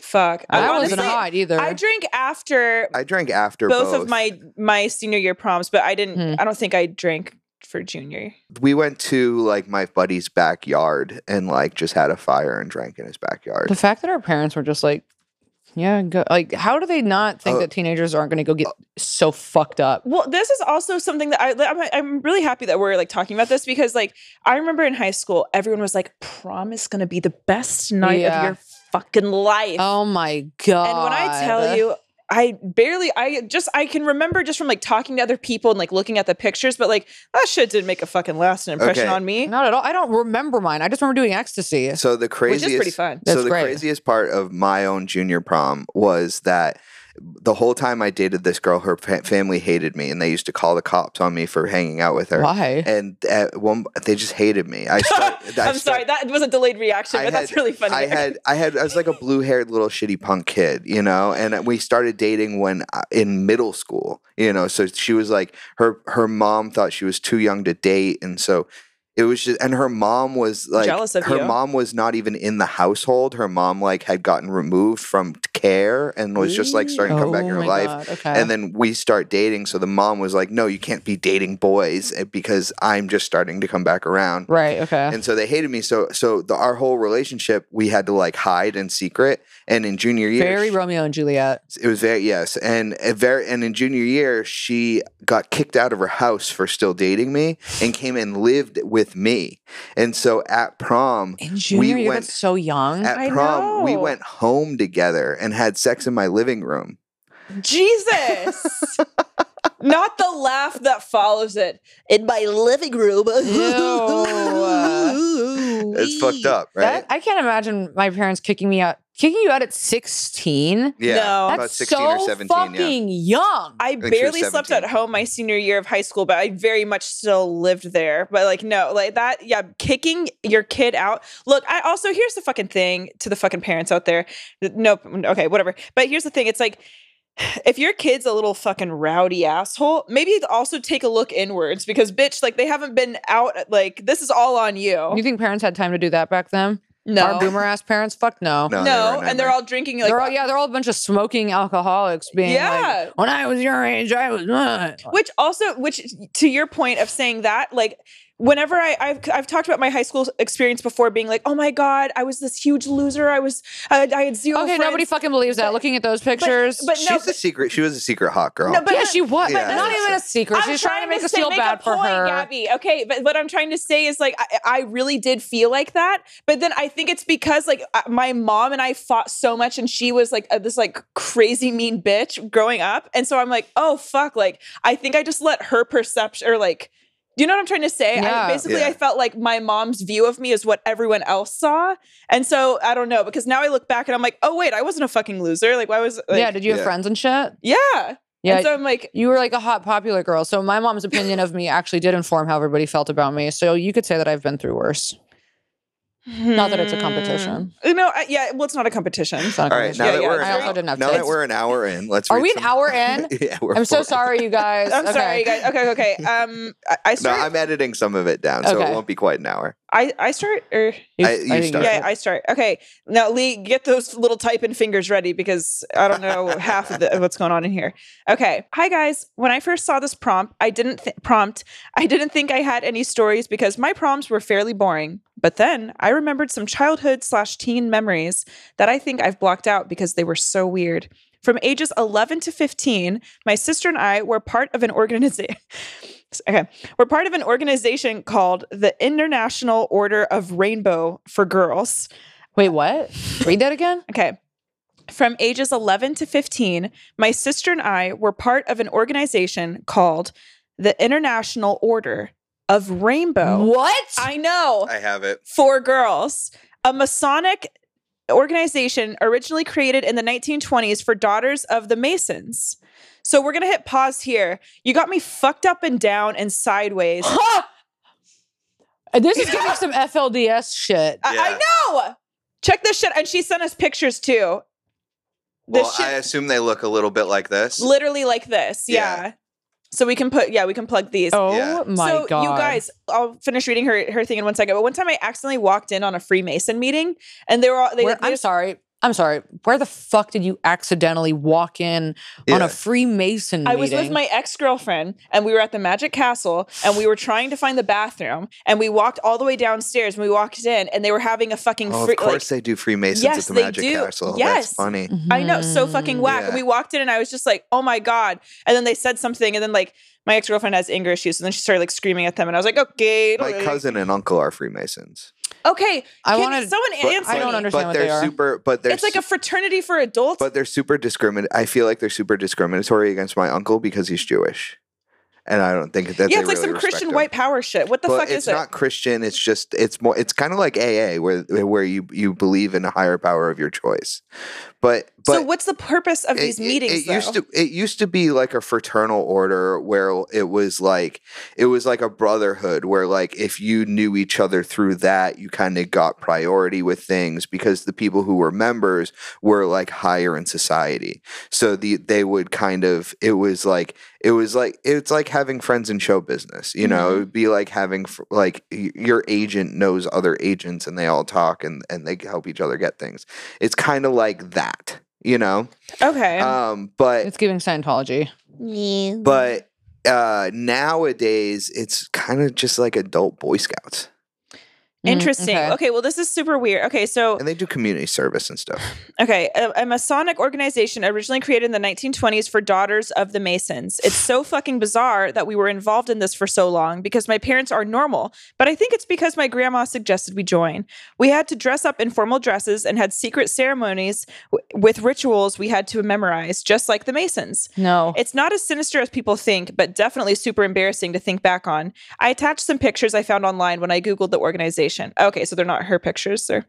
Fuck. I, I wasn't honestly, hot either. I drink after I drank after both, both, of my my senior year proms, but I didn't. Hmm. I don't think I drank for junior. We went to like my buddy's backyard and like just had a fire and drank in his backyard. the fact that our parents were just like, "Yeah, go." Like, how do they not think Uh, that teenagers aren't going to go get so fucked up? Well, this is also something that I, I'm, I'm really happy that we're like talking about this because like I remember in high school, everyone was like, "Prom is gonna be the best night Yeah. of your fucking life." Oh my god! and when I tell you, I barely, I just, I can remember just from like talking to other people and like looking at the pictures, but like that shit didn't make a fucking lasting impression Okay. on me, not at all. I don't remember mine. I just remember doing ecstasy. So the which craziest is pretty fun. That's so the great. craziest part of my own junior prom was that the whole time I dated this girl, her fa- family hated me, and they used to call the cops on me for hanging out with her. Why? And at one, they just hated me. I start, I I'm sorry, start- that was a delayed reaction, I but that's had- really funny. I had, I had, I was like a blue-haired little shitty punk kid, you know. And we started dating when I- in middle school, you know. So she was like, her her mom thought she was too young to date, and so it was just. And her mom was like, Jealous of her you. mom was not even in the household. Her mom like had gotten removed from care and was just like starting to come Oh back in her Oh my life. God, Okay. And then we start dating. So the mom was like, no, you can't be dating boys eh, because I'm just starting to come back around. right. Okay. And so they hated me. So so the, our whole relationship we had to like hide in secret. And in junior year, Very sh- Romeo and Juliet. it was very yes. And a very and in junior year, she got kicked out of her house for still dating me and came and lived with me. And so at prom, In junior, you went- got so young. at I prom, we know. went home together and had sex in my living room. Jesus. Not the laugh that follows it. In my living room. Ew. It's fucked up, right? That, I can't imagine my parents kicking me out, kicking you out at 16. yeah, No. about That's 16 so or 17. yeah. fucking young. I think she was barely slept at 17. home my senior year of high school, but I very much still lived there. But like, no, like that, yeah, kicking your kid out. Look, I also, here's the fucking thing to the fucking parents out there. Nope. Okay, whatever. But here's the thing it's like, if your kid's a little fucking rowdy asshole, maybe also take a look inwards because, bitch, like they haven't been out. Like, this is all on you. You think parents had time to do that back then? no. Our boomer ass parents? Fuck no. No, no, they were a and they're nightmare. all drinking like uh they're all, yeah, they're all a bunch of smoking alcoholics being Yeah. like, when I was your age, I was not. which also which to your point of saying that like whenever I, I've, I've talked about my high school experience before being like oh my god i was this huge loser i was i, I had zero Okay, nobody friends." fucking believes that. But- Looking at those pictures. but no She's a secret. She was a secret hot girl. No, but yeah, she was. Yeah. Not even a secret. I'm She's trying to make us say- feel make bad a for point, her. Gabby. Okay, but what I'm trying to say is like I, I really did feel like that, but then I think it's because like uh, my mom and I fought so much, and she was like uh, this like crazy mean bitch growing up, and so I'm like, oh fuck, like I think I just let her perception or like. Do you know what I'm trying to say? Yeah. I, basically, Yeah. I felt like my mom's view of me is what everyone else saw, and so I don't know because now I look back and I'm like, oh wait, I wasn't a fucking loser. Like, why was like, yeah, did you have Yeah. friends and shit? yeah, Yeah. And so I'm like, you were like a hot popular girl. So my mom's opinion of me actually did inform how everybody felt about me. So you could say that I've been through worse. Not that it's a competition. Hmm. No, I, yeah, well, it's not a competition. It's not a All right, competition. now Yeah, that yeah, we're it's very- an I hour- also didn't have now that kids. we're an hour in, let's. Are read we an some- hour in? yeah, we're I'm so four- sorry, you guys. I'm sorry, Okay. guys. Okay, okay. Um, I, I No, start. I'm editing some of it down, so Okay. it won't be quite an hour. I, I start. Or I- you think start. yeah, should. I start. Okay, now Lee, get those little typing fingers ready because I don't know half of, the, of what's going on in here. Okay, hi guys. When I first saw this prompt, I didn't th- prompt. I didn't think I had any stories because my prompts were fairly boring. But then I remembered some childhood slash teen memories that I think I've blocked out because they were so weird. From ages 11 to 15, my sister and I were part of an organization. Okay. We're part of an organization called the International Order of Rainbow for Girls. Wait, what? Read that again? Okay. From ages 11 to 15, my sister and I were part of an organization called the International Order of Rainbow. What? I know I have it. for girls, a Masonic organization originally created in the 1920s for daughters of the Masons. So we're going to hit pause here. You got me fucked up and down and sideways. I, this is giving some FLDS shit. I Yeah. know. Check this shit. And she sent us pictures too. This Well, shit I assume they look a little bit like this. literally like this. Yeah. Yeah. So we can put, yeah, we can plug these. Oh Yeah. my so god. you guys, I'll finish reading her her thing in one second. But one time I accidentally walked in on a Freemason meeting, and they were all they, Where- they I'm just- sorry. I'm sorry. Where the fuck did you accidentally walk in on Yeah. a Freemason I meeting? was with my ex girlfriend, and we were at the Magic Castle, and we were trying to find the bathroom, and we walked all the way downstairs. And we walked in, and they were having a fucking. Oh, free- of course they do Freemasons Yes, at the they Magic do. Castle. That's Yes. funny. Mm-hmm. like, I know, so Hmm. fucking whack. And Yeah. we walked in, and I was just like, "Oh my god!" And then they said something, and then like my ex girlfriend has anger issues, and then she started like screaming at them, and I was like, "Okay, My cousin and uncle are Freemasons. okay." I can wanted- someone But- answer. I don't me? understand But what they're they are. super. But they're It's like a su- fraternity for adults. but they're super discriminatory. I feel like they're super discriminatory against my uncle because he's Jewish, and I don't think that yeah, they it's like really some respect Christian him. white power shit. What the but fuck it's is not Christian. It's just it's more. It's kind of like AA, where where you you believe in a higher power of your choice. But but so what's the purpose of these it, it- meetings? It, though? used to it used to be like a fraternal order where it was like it was like a brotherhood where like if you knew each other through that, you kind of got priority with things because the people who were members were like higher in society. So the they would kind of it was like it was like it's like having friends in show business. You Mm-hmm. know, it would be like having fr- like y- your agent knows other agents and they all talk and and they help each other get things. It's kind of like that. You know, okay. um, but It's giving Scientology. but uh, nowadays it's kind of just like adult Boy Scouts, Mm, Interesting. okay. okay. well, this is super weird. Okay, so and they do community service and stuff. okay, a, a Masonic organization originally created in the 1920s for Daughters of the Masons. It's so fucking bizarre that we were involved in this for so long because my parents are normal, but I think it's because my grandma suggested we join. We had to dress up in formal dresses and had secret ceremonies w- with rituals we had to memorize, just like the Masons. No. It's not as sinister as people think, but definitely super embarrassing to think back on. I attached some pictures I found online when I Googled the organization. Okay, so they're not her pictures, they're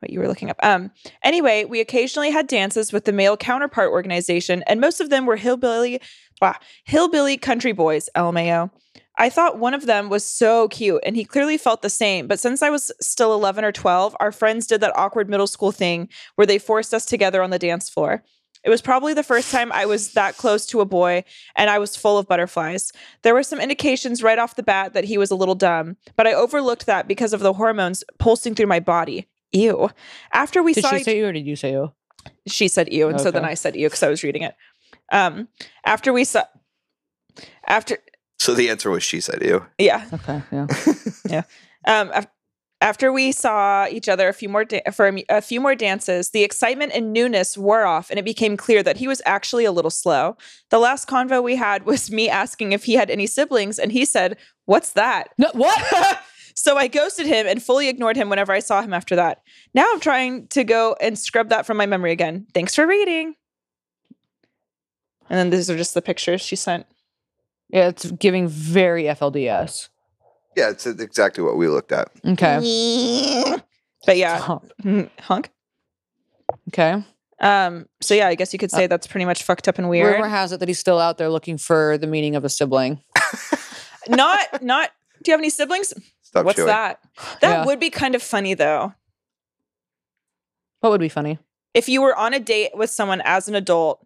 what you were looking up. Um, anyway, we occasionally had dances with the male counterpart organization, and most of them were hillbilly, blah, hillbilly country boys, LMAO. I thought one of them was so cute, and he clearly felt the same. But since I was still 11 or 12, our friends did that awkward middle school thing where they forced us together on the dance floor. It was probably the first time I was that close to a boy, and I was full of butterflies. There were some indications right off the bat that he was a little dumb, but I overlooked that because of the hormones pulsing through my body. Ew. After we Did saw she each- say you or did you say you? she said ew, and so then Okay. I said ew because I was reading it. Um, after we saw, after So the answer was she said you. yeah, Okay. Yeah. Um, af- after we saw each other a few more da- for a m- a few more dances, the excitement and newness wore off, and it became clear that he was actually a little slow. The last convo we had was me asking if he had any siblings, and he said, "What's that?" No, what? so I ghosted him and fully ignored him whenever I saw him after that. Now I'm trying to go and scrub that from my memory again. Thanks for reading. And then these are just the pictures she sent. Yeah, it's giving very FLDS. Yeah, it's exactly what we looked at. Okay. But yeah, hunk. Okay. Um, so yeah, I guess you could Uh, say that's pretty much fucked up and weird. Rumor has it that he's still out there looking for the meaning of a sibling. not not do you have any siblings? Stop What's chewing. that? That Yeah. would be kind of funny though. What would be funny? If you were on a date with someone as an adult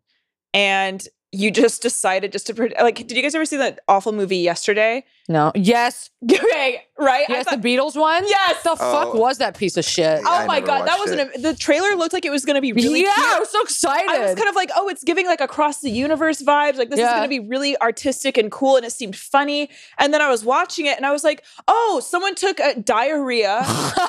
and you just decided just to pre- like did you guys ever see that awful movie yesterday? No. Yes. okay, right? I Yes, thought- the Beatles one? Yes! The fuck Oh. was that piece of shit? Yeah, oh I my never god, that was watched it. an the trailer looked like it was going to be really yeah, cute. I was so excited. I was kind of like, oh, it's giving like across the universe vibes. Like this is Yeah. going to be really artistic and cool, and it seemed funny. And then I was watching it, and I was like, oh, someone took a diarrhea,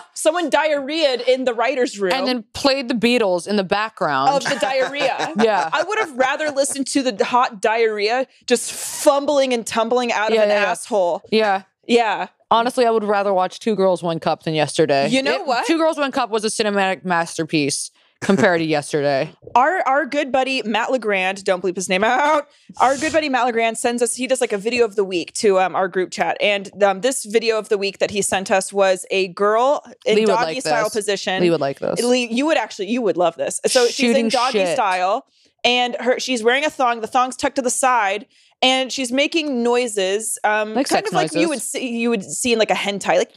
someone diarrheaed in the writers' room and then played the Beatles in the background. of the diarrhea. yeah. I would have rather listened to the hot diarrhea just fumbling and tumbling out Yeah, of an yeah, yeah. asshole. yeah. Yeah. Honestly, I would rather watch Two Girls One Cup than yesterday. You know what? Two Girls One Cup was a cinematic masterpiece compared to yesterday. our our good buddy Matt Legrand, don't bleep his name out. Our good buddy Matt Legrand sends us. He does like a video of the week to um, our group chat, and um, this video of the week that he sent us was a girl in Lee would doggy like style this. position. Lee would like those. Lee, you would actually, you would love this. So she's in Shooting doggy shit. style, and her she's wearing a thong. The thong's tucked to the side, and she's making noises, um, Like kind sex of like you noises. would see you would see in like a hentai, like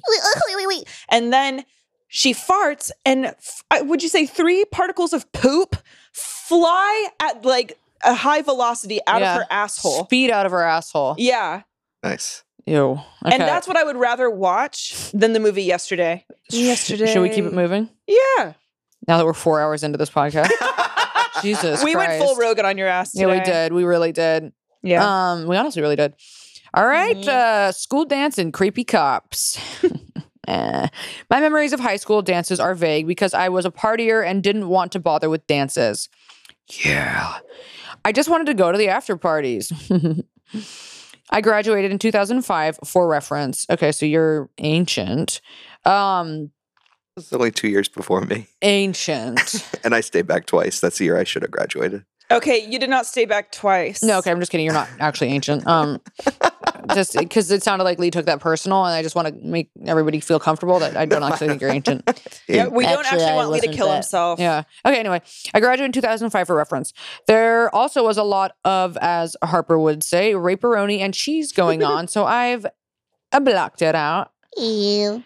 and then she farts, and f- I- would you say three particles of poop fly at like a high velocity out Yeah. of her asshole? Speed out of her asshole. yeah. Nice. Ew. Okay. And that's what I would rather watch than the movie yesterday. Yesterday. Should we keep it moving? Yeah. Now that we're four hours into this podcast. Jesus. we went full Christ. Rogan on your ass. Yeah, we today. did. We really did. Yeah. Mm-hmm. Um, we honestly really did. All right, uh, school dance and creepy cops. Eh. My memories of high school dances are vague because I was a partier and didn't want to bother with dances. Yeah. I just wanted to go to the after parties. I graduated in 2005 for reference. Okay, so you're ancient. Um, It's only two years before me, ancient. and I stayed back twice. That's the year I should have graduated. Okay, you did not stay back twice. No, okay, I'm just kidding. You're not actually ancient. Um, just because it sounded like Lee took that personal, and I just want to make everybody feel comfortable that I don't actually think you're ancient. Yeah, we don't Actually, actually I want Lee to wasn't kill that- himself. Yeah. Okay. Anyway, I graduated in 2005 for reference. There also was a lot of, as Harper would say, raperoni and cheese going on. so I've uh, blocked it out. Ew.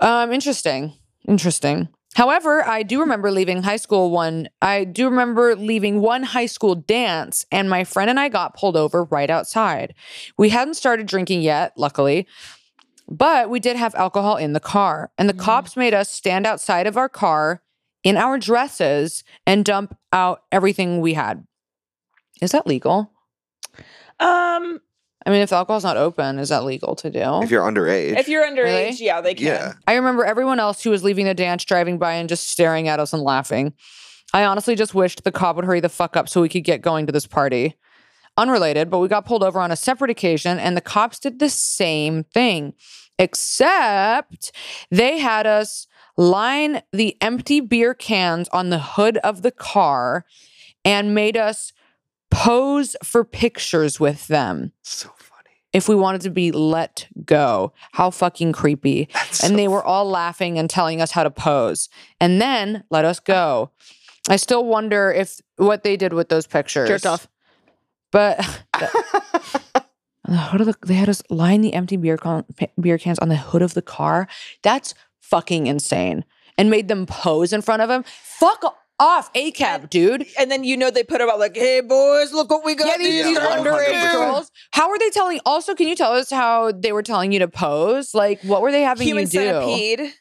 Um, interesting. Interesting. However, I do remember leaving high school one. I do remember leaving one high school dance, and my friend and I got pulled over right outside. We hadn't started drinking yet, luckily, but we did have alcohol in the car. And the Mm. cops made us stand outside of our car in our dresses and dump out everything we had. Is that legal? Um, I mean, if alcohol's not open, is that legal to do? If you're underage, if you're underage, Really? yeah, they can. Yeah. I remember everyone else who was leaving the dance driving by and just staring at us and laughing. I honestly just wished the cop would hurry the fuck up so we could get going to this party. Unrelated, but we got pulled over on a separate occasion and the cops did the same thing, except they had us line the empty beer cans on the hood of the car and made us pose for pictures with them so funny. if we wanted to be let go. How fucking creepy. That's and so they were all laughing and telling us how to pose and then let us go. I still wonder if what they did with those pictures. Jerked off. But the hood of the, they had us line the empty beer, con, pa- beer cans on the hood of the car. That's fucking insane. And made them pose in front of him. Fuck off, ACAB, dude. And then you know they put about like, hey boys, look what we got. Yeah, these, Yeah, these yeah, underage 100%. girls. How are they telling? Also, can you tell us how they were telling you to pose? Like, what were they having human you do? Mm-hmm. centipede.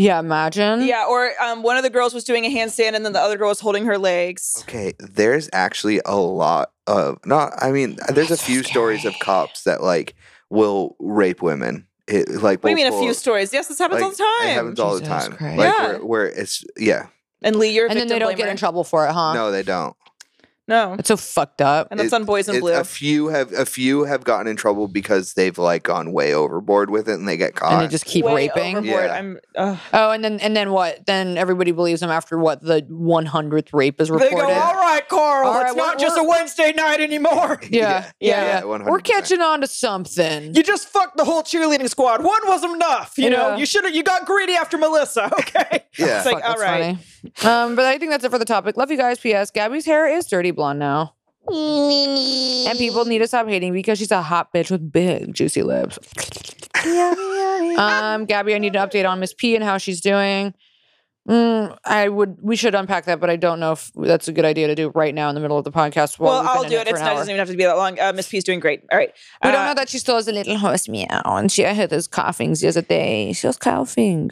Yeah, imagine. Yeah, or um, one of the girls was doing a handstand, and then the other girl was holding her legs. Okay, there's actually a lot of not. I mean, there's a That's so few stories of scary. cops that like will rape women. It, like, What do you will mean a few pull- stories? Yes, this happens all like, the time. It happens all the Jesus time. Christ. Like Yeah. where, where it's yeah. and Lee, you're a And then they victim don't get blamer. in trouble for it, huh? No, they don't. No, It's so fucked up. and that's It's- on Boys in It's- Blue. A few have a few have gotten in trouble because they've like gone way overboard with it and they get caught. And they just keep Way raping. overboard. Yeah. I'm, ugh. Oh, and then and then what? Then everybody believes them after what the one hundredth rape is They reported. go, all right, Carl. All right, it's not we're- just a Wednesday night anymore. yeah, yeah, Yeah, yeah. yeah, We're 100%. catching on to something. You just fucked the whole cheerleading squad. One wasn't enough. You know, Yeah. you should have. You got greedy after Melissa. Okay. Yeah. It's like, Fuck, all that's right. funny. Um, but I think that's it for the topic. Love you guys. P.S. Gabby's hair is dirty blonde now, and people need to stop hating because she's a hot bitch with big juicy lips. Um, Gabby, I need an update on Miss P and how she's doing. Mm, I would. We should unpack that, but I don't know if that's a good idea to do right now in the middle of the podcast. while Well, we've been I'll in do it. for It's an not. It hour. doesn't even have to be that long. Uh, Miss P's doing great. All right. We don't Uh, know that she still has a little horse meow, and she had this coughing the other day. She was coughing.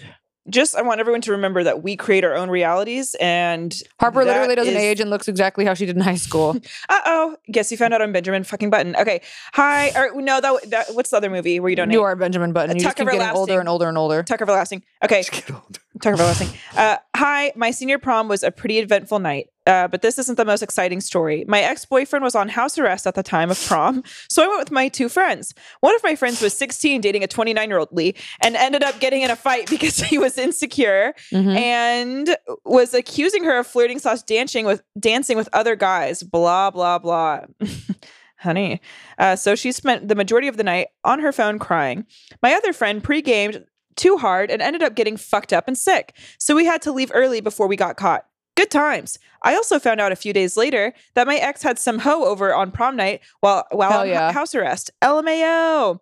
Just, I want everyone to remember that we create our own realities. And Harper that literally doesn't is- age and looks exactly how she did in high school. Uh oh. Guess you found out on Benjamin fucking Button. Okay. Hi. Or no. That, that. What's the other movie where you don't? you know? are Benjamin Button. You just Tuck keep getting older Everlasting. and older and older. Tucker Everlasting. Okay. Just get older. Tucker Everlasting. Uh, hi, my senior prom was a pretty eventful night, uh, but this isn't the most exciting story. My ex boyfriend was on house arrest at the time of prom, so I went with my two friends. One of my friends was 16, dating a 29 year old Lee, and ended up getting in a fight because he was insecure Mhm. and was accusing her of flirting slash dancing with dancing with other guys. Blah blah blah. Honey. Uh, so she spent the majority of the night on her phone crying. My other friend pre-gamed too hard and ended up getting fucked up and sick. So we had to leave early before we got caught. Good times. I also found out a few days later that my ex had some hoe over on prom night while while Hell on hu- yeah. house arrest. LMAO.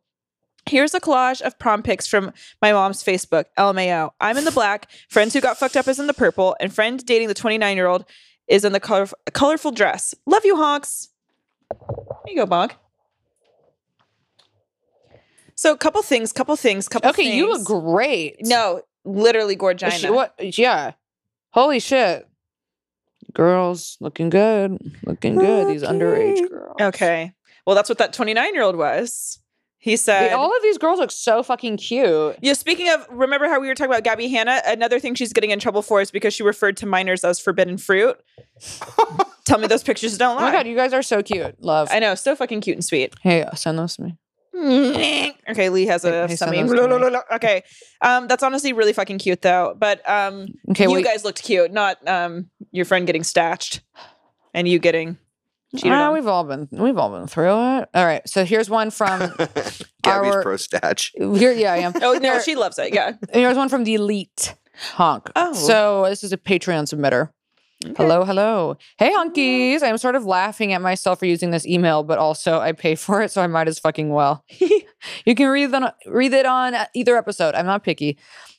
Here's a collage of prom pics from my mom's Facebook. LMAO. I'm in the black. Friends who got fucked up is in the purple, and friend dating the 29 year old is in the color- colorful dress. Love you, honks. There you go, bonk. So, couple things, couple things, couple. Okay, you look things. great. No, literally Is gorgina. she- what? Yeah. Holy shit. Girls looking good, looking good. These underage girls. Okay. Well, that's what that 29 year old was. He They- said. all of these girls look so fucking cute. Oh yeah, speaking of, remember how we were talking about Gabby Hanna? Another thing she's getting in trouble for is because she referred to minors as forbidden fruit. Tell me those pictures don't Oh my lie. god, you guys are so cute. Love. I know, so fucking cute and sweet. hey, send those to me. okay, Lee has a Hey, hey, stomach. send those to Okay, um, that's honestly really fucking cute though. But um, Okay, you wait. guys looked cute, not um, your friend getting statched and you getting cheated Ah, on. we've all been we've all been through it. All right. So here's one from Gabby's Our- pro stash. here. Yeah, I am. Oh no, Here- she loves it. Yeah. Here's one from the elite honk. Oh. So this is a Patreon submitter. Hello, hello. Hey, honkies. I'm sort of laughing at myself for using this email, but also I pay for it, so I might as fucking well. you can read, it on, read it on either episode. I'm not picky.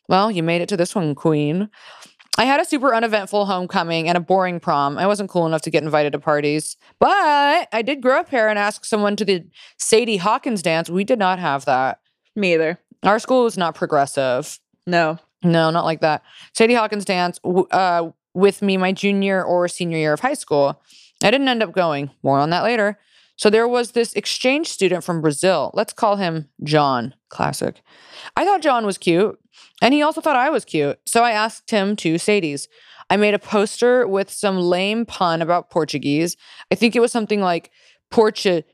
Well, you made it to this one, queen. I had a super uneventful homecoming and a boring prom. I wasn't cool enough to get invited to parties, but I did grow up here and ask someone to the Sadie Hawkins dance. We did not have that. Me either. Our school was not progressive. No. No, not like that. Sadie Hawkins dance w- uh, with me my junior or senior year of high school. I didn't end up going. More on that later. So there was this exchange student from Brazil. Let's call him John. Classic. I thought John was cute, and he also thought I was cute. So I asked him to Sadie's. I made a poster with some lame pun about Portuguese. I think it was something like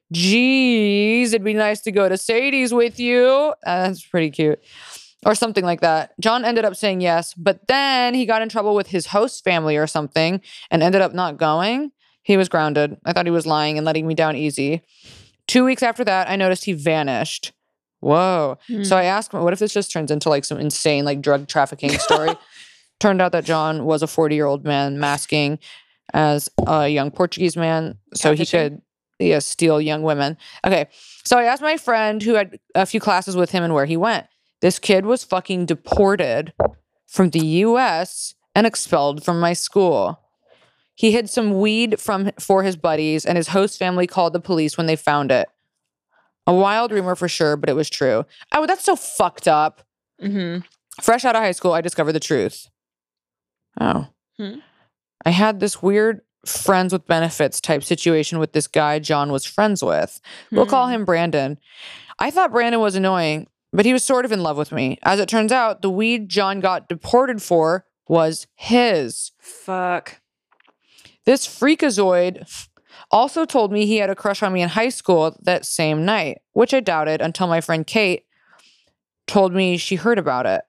Portuguese. It'd be nice to go to Sadie's with you. Uh, that's pretty cute or something like that. John ended up saying yes, but then he got in trouble with his host family or something and ended up not going. He was grounded. I thought he was lying and letting me down easy. Two weeks after that, I noticed he vanished. Whoa. So I asked him, what if this just turns into like some insane like drug trafficking story? Turned out that John was a 40 year old man masking as a young Portuguese man so he Catfishing. could yeah, steal young women. Okay. So I asked my friend who had a few classes with him and where he went. This kid was fucking deported from the US and expelled from my school. He hid some weed from for his buddies and his host family called the police when they found it. A wild rumor for sure, but it was true. Oh, that's so fucked up. hmm Mm-hmm. Fresh out of high school, I discovered the truth. Oh. Hmm. I had this weird friends with benefits type situation with this guy John was friends with. We'll call Hmm. him Brandon. I thought Brandon was annoying, but he was sort of in love with me. As it turns out, the weed John got deported for was his. Fuck. This freakazoid also told me he had a crush on me in high school that same night, which I doubted until my friend Kate told me she heard about it.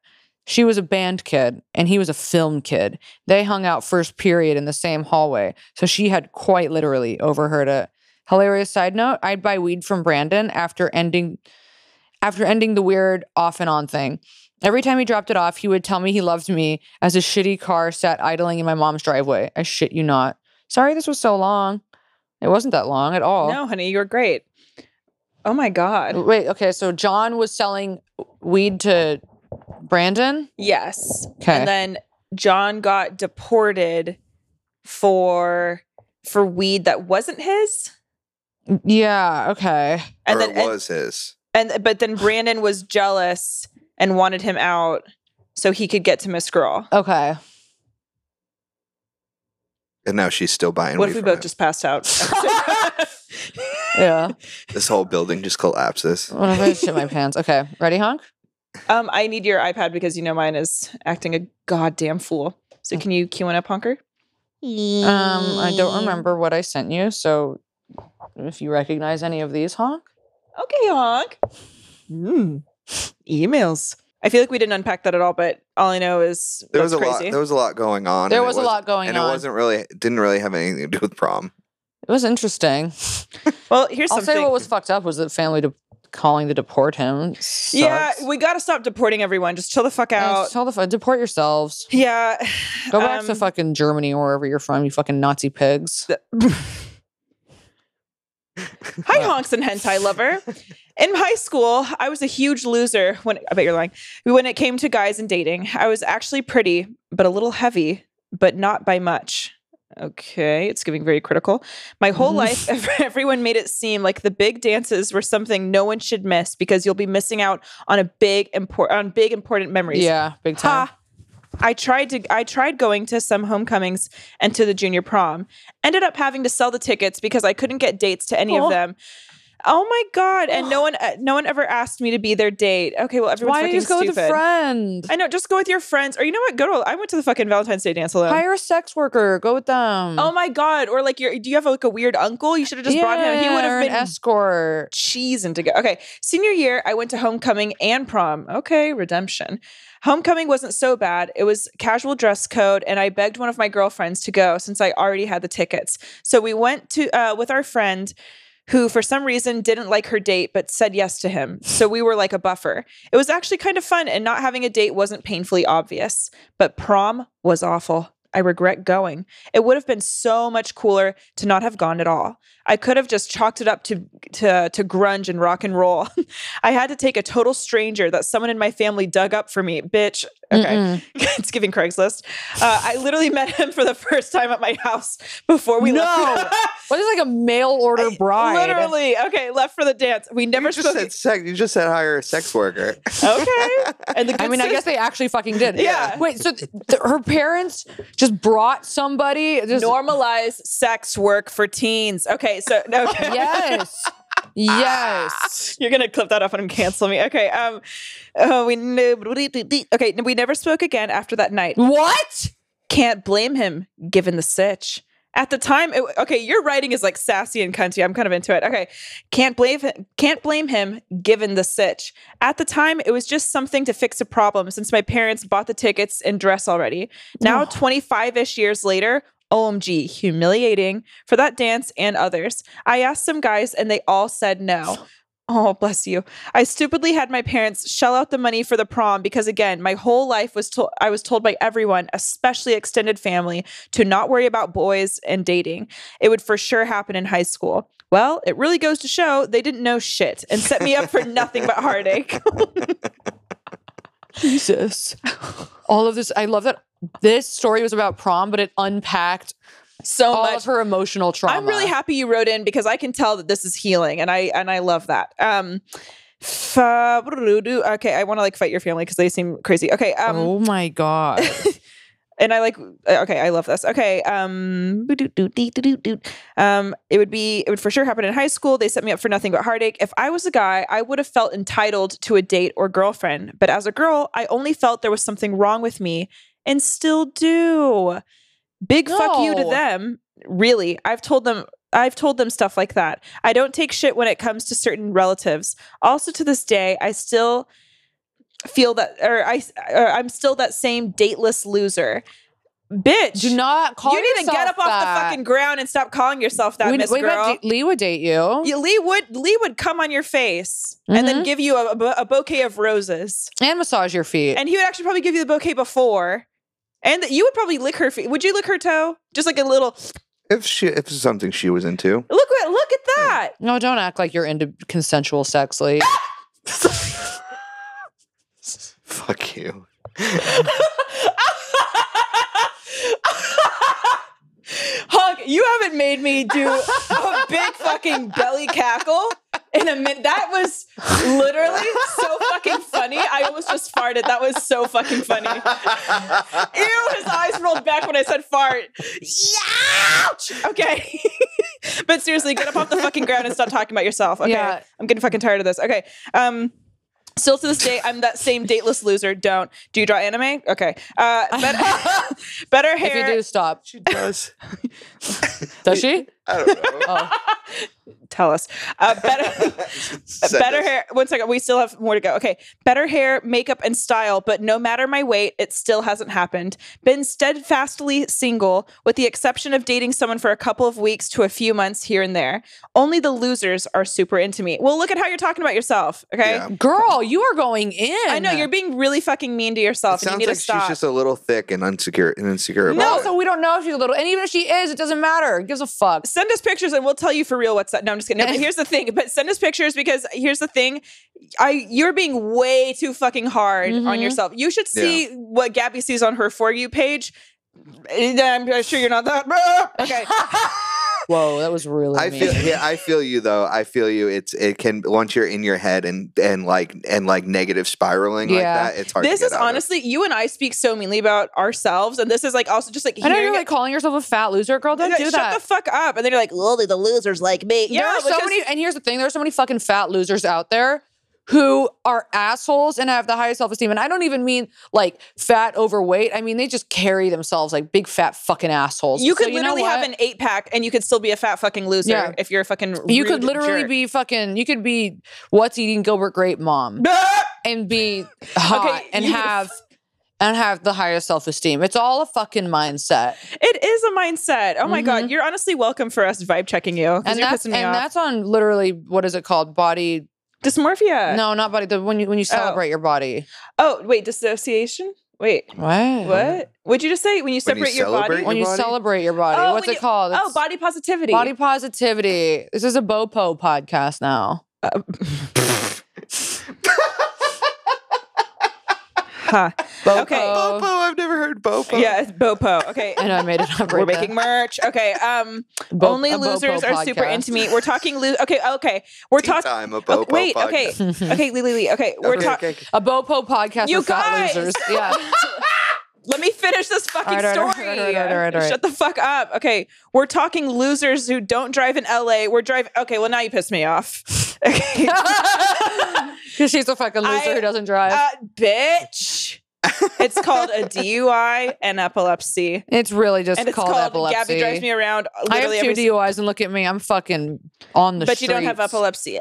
She was a band kid and he was a film kid. They hung out first period in the same hallway, so she had quite literally overheard it. Hilarious side note, I'd buy weed from Brandon after ending after ending the weird off and on thing. Every time he dropped it off, he would tell me he loved me as a shitty car sat idling in my mom's driveway. I shit you not. Sorry this was so long. It wasn't that long at all. No, honey, you're great. Oh my god. Wait, okay, so John was selling weed to Brandon? Yes. Okay. And then John got deported for for weed that wasn't his. yeah, okay. And or then it and- was his. and but then Brandon was jealous and wanted him out so he could get to Miss Girl. Okay. And now she's still buying. what weed if we from both him. just passed out? Yeah. This whole building just collapses. What if I shit my pants? Okay. Ready, honk? um, I need your iPad because you know mine is acting a goddamn fool. Mm. So can you cue one up, honker? Um, I don't remember what I sent you, so if you recognize any of these, honk. Okay, honk. Mm. Emails. I feel like we didn't unpack that at all, but all I know is There was that's a crazy. lot. There was a lot going on. There and it was a wasn't- lot going and on. it wasn't really didn't really have anything to do with prom. It was interesting. well, here's I'll something. say what was fucked up was that family de- calling to deport him. yeah, Sucks. we gotta stop deporting everyone. Just chill the fuck Yeah, out. just tell the fu- deport yourselves. yeah. Go back to um, fucking Germany or wherever you're from, you fucking Nazi pigs. Hi, honks and hentai lover. In high school, I was a huge loser when I bet you're lying. When it came to guys and dating, I was actually pretty, but a little heavy, but not by much. Okay, it's giving very critical. My whole life, everyone made it seem like the big dances were something no one should miss because you'll be missing out on a big important on big important memories. Yeah, big time. Ha. I tried to I tried going to some homecomings and to the junior prom. Ended up having to sell the tickets because I couldn't get dates to any Aw. of them. Oh my god! And no one, uh, no one ever asked me to be their date. Okay, well, everyone's Why fucking did you just go stupid. with a friend? I know. Just go with your friends, or you know what? Go to. I went to the fucking Valentine's Day dance alone. Hire a sex worker. Go with them. oh my god! Or like, your do you have like a weird uncle? You should have just brought him. He would Yeah, or have an been escort. cheesing to go. Okay, senior year, I went to homecoming and prom. Okay, redemption. Homecoming wasn't so bad. It was casual dress code, and I begged one of my girlfriends to go since I already had the tickets. So we went to uh, with our friend. Who, for some reason, didn't like her date but said yes to him. So we were like a buffer. It was actually kind of fun, and not having a date wasn't painfully obvious. But prom was awful. I regret going. It would have been so much cooler to not have gone at all. I could have just chalked it up to to to grunge and rock and roll. I had to take a total stranger that someone in my family dug up for me, bitch. Okay, Mm-mm. it's giving Craigslist. Uh, I literally met him for the first time at my house before we left. What is like a mail order bride? literally. Okay, left for the dance. We never You just spoke. said sex. You just said hire a sex worker. okay, and the I good mean, I sis- guess they actually fucking did. Yeah. Wait, so th- th- her parents just brought somebody. Just, normalize sex work for teens. Okay, so no. okay. Yes. yes. You're gonna clip that off and cancel me. Okay. Um. Oh, we knew. Okay. We never spoke again after that night. What? Can't blame him, given the sitch. At the time, it, okay, your writing is like sassy and cunty. I'm kind of into it. Okay, can't blame him, can't blame him, given the sitch. At the time, it was just something to fix a problem, since my parents bought the tickets and dress already. Now, 25 ish years later, OMG, humiliating for that dance and others. I asked some guys, and they all said no. Oh, bless you. I stupidly had my parents shell out the money for the prom because again, my whole life was told I was told by everyone, especially extended family, to not worry about boys and dating. It would for sure happen in high school. Well, it really goes to show they didn't know shit and set me up for nothing but heartache. Jesus. All of this. I love that this story was about prom, but it unpacked so all much of her emotional trauma. Oh, I'm really happy you wrote in because I can tell that this is healing, and I and I love that. Um, f- uh, okay, I want to like fight your family because they seem crazy. Okay, um, oh my God. and I like uh, okay, I love this. Okay, um, boo-doo-doo-dee-doo-doo-doo. um, it would be it would for sure happen in high school. They set me up for nothing but heartache. If I was a guy, I would have felt entitled to a date or girlfriend, but as a girl, I only felt there was something wrong with me, and still do. Big fuck you to No. them. Really, I've told them. I've told them stuff like that. I don't take shit when it comes to certain relatives. Also, to this day, I still feel that, or I, or I'm still that same dateless loser. Bitch, Do not call you need to get up yourself off that. the fucking ground and stop calling yourself that, We- Miss we bet Girl. D- Lee would date you. You- Lee would Lee would come on your face and Mm-hmm. then give you a, a bu- a bouquet of roses, And massage your feet. and he would actually probably give you the bouquet before, and you would probably lick her feet. Would you lick her toe? Just like a little if she, if it's something she was into, look at look at Hmm. that. no, don't act like you're into consensual sex, Lee. fuck you. Hunk, you haven't made me do a big fucking belly cackle in a minute. That was literally so fucking funny. I almost just farted. That was so fucking funny. Ew, his eyes rolled back when I said fart. Ouch! Okay. but seriously, get up off the fucking ground and stop talking about yourself. Okay. Yeah. I'm getting fucking tired of this. Okay. Um, Still to this day, I'm that same dateless loser. Don't. Do you draw anime? Okay. Uh, better, better If you hair. do, stop. she does. Does she? I don't know. Tell us. Uh, better, Send better us. hair. One second. We still have more to go. Okay. Better hair, makeup, and style. But no matter my weight, it still hasn't happened. Been steadfastly single, with the exception of dating someone for a couple of weeks to a few months here and there. Only the losers are super into me. Well, look at how you're talking about yourself. Okay. Yeah. Girl, you are going in. I know you're being really fucking mean to yourself. Sounds and you need like to stop. she's just a little thick and insecure and No, insecure about it. so we don't know if she's a little. And even if she is, it doesn't matter. It gives a fuck. send us pictures and we'll tell you for real what's up. No, I'm just kidding. No, but here's the thing. But send us pictures because here's the thing. I you're being way too fucking hard on Mhm. yourself. You should Yeah. see what Gabby sees on her for you page. And I'm sure you're not that. Okay. Whoa, that was really I feel mean. yeah, I feel you though. I feel you. It's it can once you're in your head and and like and like negative spiraling like Yeah. that. It's hard. This to is get out of. honestly, you and I speak so meanly about ourselves, and this is like also just like I know hearing you're like it- calling yourself a fat loser, girl. Don't Yeah, do shut that. the fuck up, and then you're like, well, the losers like me. Yeah, there are so because- many, and here's the thing: there are so many fucking fat losers out there who are assholes and have the highest self esteem. And I don't even mean like fat, overweight. I mean they just carry themselves like big fat fucking assholes. You So could know literally what? have an eight pack, and you could still be a fat fucking loser Yeah. if you're a fucking. You could rude literally jerk. be fucking. You could be what's eating Gilbert Grape mom and be hot and you- have and have the highest self esteem. It's all a fucking mindset. It is a mindset. Oh my god, you're honestly welcome for us vibe checking you because Mm-hmm. And you're that's pissing and me off. that's on literally what is it called? Body? Dysmorphia. no, not body. The when you when you celebrate your body. Oh wait, dissociation. Wait, What? what? What'd you just say when you When you separate your body? celebrate When your you body? celebrate your body, Oh, what's it when you- called? Oh, It's body positivity. body positivity. This is a Bopo podcast now. Huh. Bopo. Okay. Bopo. I've never heard Bopo. Yeah, it's bopo. Okay. I know I made it up. We're right making there. merch. Okay. Um Bo- only a Bopo losers are super podcast. intimate. We're talking lo- okay, okay. We're Tea talking time a Bopo. Wait, podcast. okay. okay, Lee, Lee, Lee. Okay, we're Okay, talking okay, okay. A Bopo podcast You for fat guys! losers. Yeah. Let me finish this fucking Alright, alright, story. alright, alright, alright, alright. Shut the fuck up. Okay, we're talking losers who don't drive in LA. We're driving Okay, well now you pissed me off. Okay. Because she's a fucking loser I- who doesn't drive. uh, bitch. it's called a DUI and epilepsy. it's really just And it's called, called epilepsy. Gabby drives me around I literally have two every single DUIs and look at me. I'm fucking on the but you don't have streets. epilepsy.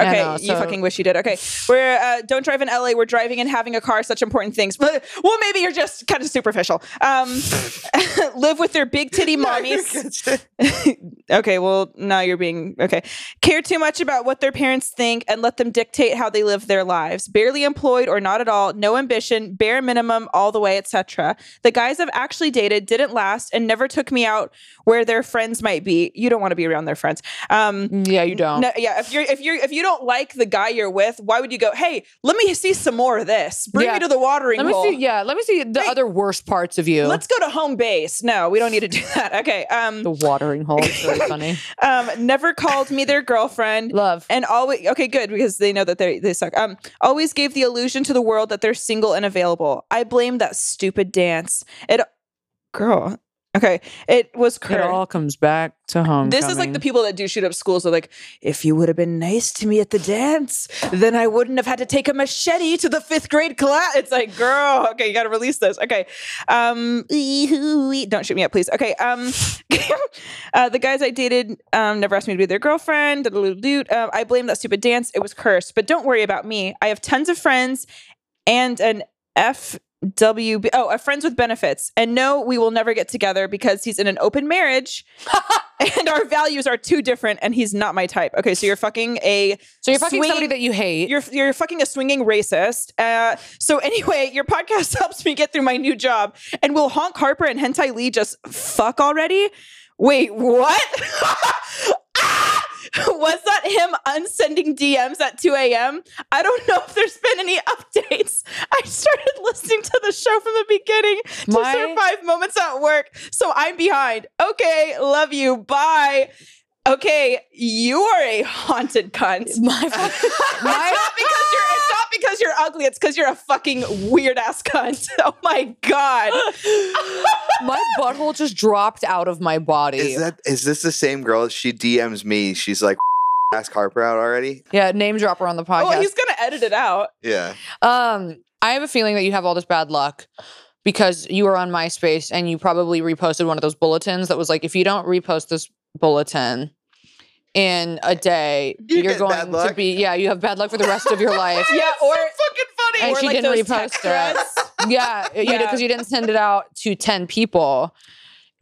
Okay, know, you so- fucking wish you did. Okay, we're uh, don't drive in LA. We're driving and having a car. are Such important things. But well, maybe you're just kind of superficial. Um, live with their big titty mommies. okay, well now you're being okay. Care too much about what their parents think and let them dictate how they live their lives. Barely employed or not at all. No ambition. Bare minimum all the way, etc. The guys I've actually dated didn't last and never took me out where their friends might be. You don't want to be around their friends. Um, Yeah, you don't. no, yeah. If you're if you're if you don't like the guy you're with, why would you go? Hey, let me see some more of this. Bring Yeah. me to the watering let me hole. see. Yeah, let me see the Hey, other worst parts of you. Let's go to home base. No, we don't need to do that. Okay. Um. the watering hole. It's really funny. Um. Never called me their girlfriend. Love. And always okay, good because they know that they they suck. Um, always gave the illusion to the world that they're single and available. I blame that stupid dance. It, girl. Okay, it was It curved. all comes back to home. This is like the people that do shoot up schools. They're like, if you would have been nice to me at the dance, then I wouldn't have had to take a machete to the fifth grade class. It's like, girl, okay, you got to release this. Okay, um, don't shoot me up, please. Okay, um, uh, the guys I dated um, never asked me to be their girlfriend. da-da-da-da-da. Um, I blame that stupid dance. It was cursed, but don't worry about me. I have tons of friends and an F. WB oh a friends with benefits and no we will never get together because he's in an open marriage and our values are too different and he's not my type okay so you're fucking a So you're fucking somebody swinging- that you hate. you're you're fucking a swinging racist uh so anyway your podcast helps me get through my new job and will honk harper and hentai lee just fuck already wait what Ah! was that him unsending DMs at 2 a.m.? I don't know if there's been any updates. I started listening to the show from the beginning to My- survive moments at work, so I'm behind. Okay, love you. Bye. Okay, you are a haunted cunt. my fucking, It's my not because you're it's not because you're ugly, it's because you're a fucking weird ass cunt. Oh my god. Oh, my butthole just dropped out of my body. Is that is this the same girl? She DMs me. She's like, ask Harper out already. yeah, name dropper on the Oh, podcast. he's gonna edit it out. Yeah. um, I have a feeling that you have all this bad luck because you were on MySpace and you probably reposted one of those bulletins that was like, if you don't repost this bulletin in a day, You you are get bad going to luck. be yeah, you have bad luck for the rest of your life. Yeah, or Fucking And or she like didn't those repost text it. threads. yeah, because you, Yeah. because you didn't send it out to ten people,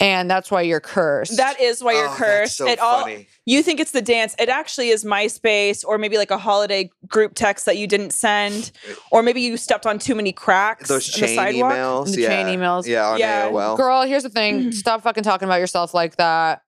and that's why you're cursed. That is why you're Oh, that's cursed. so it all funny. you think it's the dance. It actually is MySpace or maybe like a holiday group text that you didn't send, or maybe you stepped on too many cracks Those in the chain sidewalk. emails. The yeah. chain emails. Yeah. On Yeah. AOL. Girl, here's the thing. Stop fucking talking about yourself like that.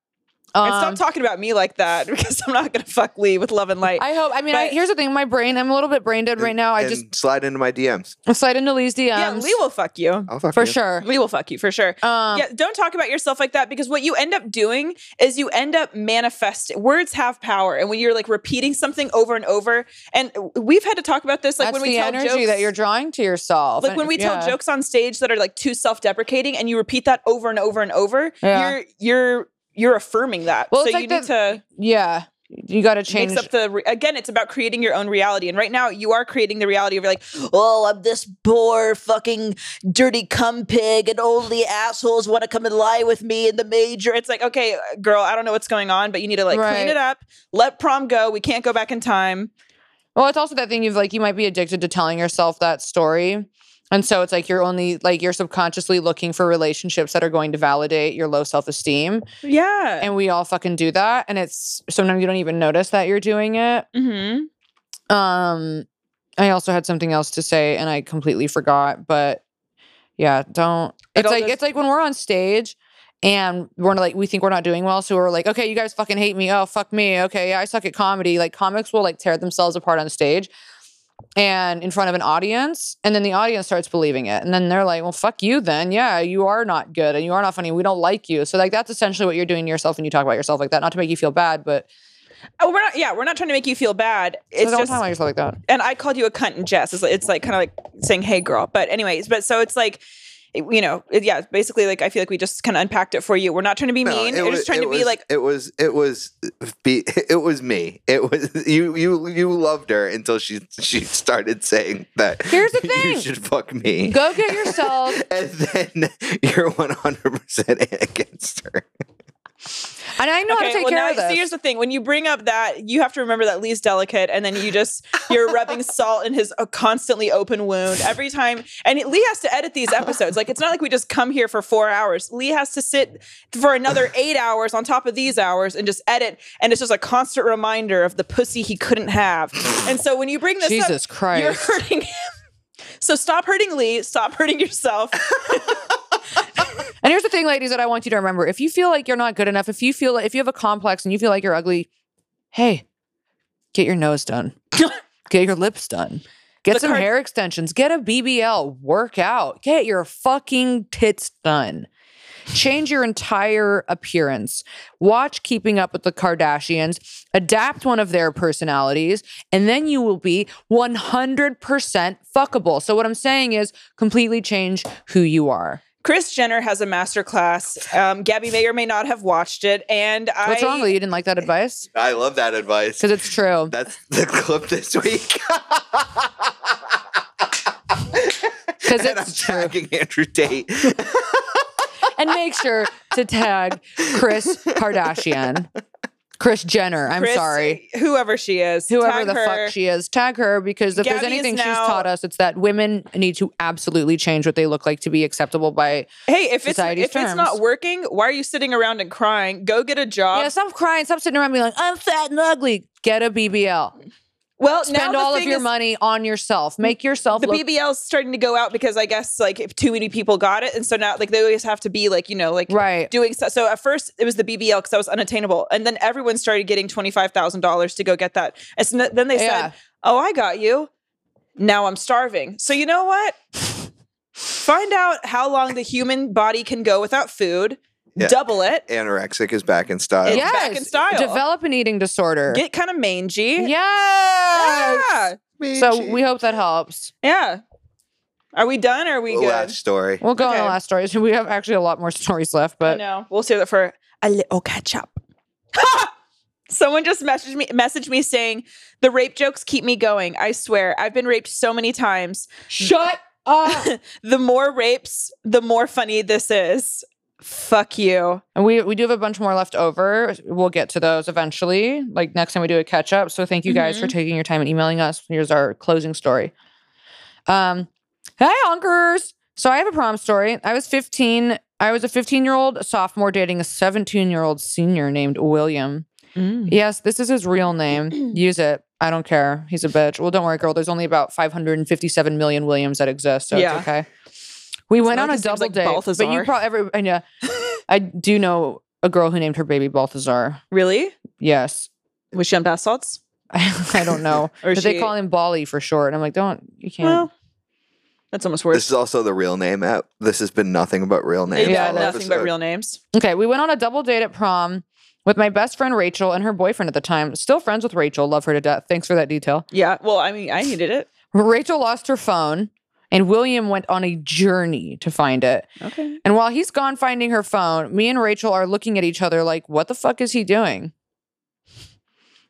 and Um, stop talking about me like that because I'm not gonna fuck Lee with love and light. I hope. I mean, I, But- here's the thing. My brain. I'm a little bit brain dead right now. I and just slide into my DMs. slide into Lee's DMs um, yeah, Lee will fuck you. I'll fuck for you. sure. Lee will fuck you for sure. Um, yeah, don't talk about yourself like that because what you end up doing is you end up manifesting. Words have power, and when you're like repeating something over and over, and we've had to talk about this, like that's when we the tell energy jokes that you're drawing to yourself. like and- when we tell yeah. jokes on stage that are like too self-deprecating and you repeat that over and over and over Yeah. you're you're you're affirming that Well, so it's you like need to Yeah, you got to change. mix up the re- again it's about creating your own reality and right now you are creating the reality of like oh i'm this poor fucking dirty cum pig and only assholes want to come and lie with me in the major it's like okay uh, girl i don't know what's going on but you need to like Right. clean it up let prom go we can't go back in time Well, it's also that thing you've like you might be addicted to telling yourself that story. And so it's like you're only like you're subconsciously looking for relationships that are going to validate your low self-esteem. yeah And we all fucking do that. And it's sometimes you don't even notice that you're doing it. mm-hmm. Um I also had something else to say and I completely forgot, but yeah, don't It it's all like goes- it's like when we're on stage and we're like we think we're not doing well, so we're like, okay, you guys fucking hate me. Oh fuck me. Okay, yeah, I suck at comedy. Like comics will like tear themselves apart on stage and in front of an audience, and then the audience starts believing it. And then they're like, Well, fuck you then. Yeah, you are not good and you are not funny. We don't like you. So like that's essentially what you're doing to yourself when you talk about yourself like that. Not to make you feel bad, but oh we're not yeah we're not trying to make you feel bad so it's don't just talk about yourself like that. and I called you a cunt in jest. It's like, it's like kind of like saying, "Hey, girl." But anyways, but so it's like, it- you know, it- yeah. Basically, like I feel like we just kind of unpacked it for you. We're not trying to be mean. We're was- just trying it to be was- like, it was it was be, it was me. It was you you you loved her until she she started saying that Here's the thing. you should fuck me. Go get yourself and then you're 100% against her. And I know how to okay, take well, care now, of this. see, here's the thing: when you bring up that, you have to remember that Lee's delicate, and then you just you're rubbing salt in his uh, constantly open wound every time. And Lee has to edit these episodes. Like it's not like we just come here for four hours. Lee has to sit for another eight hours on top of these hours and just edit. And it's just a constant reminder of the pussy he couldn't have. And so when you bring this up, Jesus you're Christ. hurting him. So stop hurting Lee. Stop hurting yourself. And here's the thing, ladies, that I want you to remember. If you feel like you're not good enough, if you feel if you have a complex and you feel like you're ugly, hey, get your nose done. get your lips done. Get The some card- hair extensions. Get a BBL. Work out. Get your fucking tits done. Change your entire appearance. Watch Keeping Up with the Kardashians. Adapt one of their personalities, and then you will be 100% fuckable. So, what I'm saying is completely change who you are. Chris Jenner has a master class. Um, Gabby may or may not have watched it, and I. What's wrong with you? You didn't like that advice? I love that advice. Because it's true. That's the clip this week. Because and I'm it's true. tagging Andrew Tate. And make sure to tag Chris Kardashian. Chris Jenner. I'm Chris, sorry. Whoever she is, Whoever tag the her. fuck she is, tag her because if there's Gabby is anything she's now- taught us, it's that women need to absolutely change what they look like to be acceptable by. Hey, if it's Society's if it's not terms. working, why are you sitting around and crying? Go get a job. Yeah, stop crying. Stop sitting around being like, I'm fat and ugly. Get a BBL. well, now Spend the all of thing your is, money on yourself. Make yourself The look BBL's starting to go out because I guess like if too many people got it, and so now like they always have to be like you know like right. doing so. So at first it was the BBL because that was unattainable, and then everyone started getting twenty five thousand dollars to go get that. And so then they Yeah. said, "Oh, I got you. Now I'm starving." So you know what? Find out how long the human body can go without food. Yeah. Double it. Anorexic is back in style. It's yes. back in style. Develop an eating disorder. Get kind of mangy. yes. Yeah. So we hope that helps. Yeah. Are we done? Or are we good? Last story. We'll go on Okay. the last stories. We have actually a lot more stories left, but no, we'll save that for a little catch up. Someone just messaged me messaged me saying the rape jokes keep me going. I swear, I've been raped so many times. shut Uh, up. The more rapes, the more funny this is. Fuck you. and we we do have a bunch more left over. We'll get to those eventually. Like next time we do a catch up. So thank you guys for taking your time and emailing us. Here's our closing story. Um, hey honkers. So I have a prom story. I was 15. I was a 15 year old sophomore dating a 17 year old senior named William. Mm. Mm-hmm. Yes, this is his real name. Use it. I don't care. He's a bitch. Well, don't worry, girl. There's only about 557 million Williams that exist, so Yeah. it's okay. We went not on like a his name's double like date, but Balthazar. you probably every I know I do know a girl who named her baby Balthazar. Really? Yes. Was she on bath salts? I, don't know. Or but she- they call him Bali for short. And I'm like, don't, you can't. Well, that's almost This worse. is also the real name app. This has been nothing but real names. yeah, all nothing but episode. real names. Okay, we went on a double date at prom with my best friend Rachel and her boyfriend at the time. Still friends with Rachel. Love her to death. Thanks for that detail. Yeah. Well, I mean, I needed it. Rachel lost her phone, and William went on a journey to find it. Okay. And while he's gone finding her phone, me and Rachel are looking at each other like, what the fuck is he doing?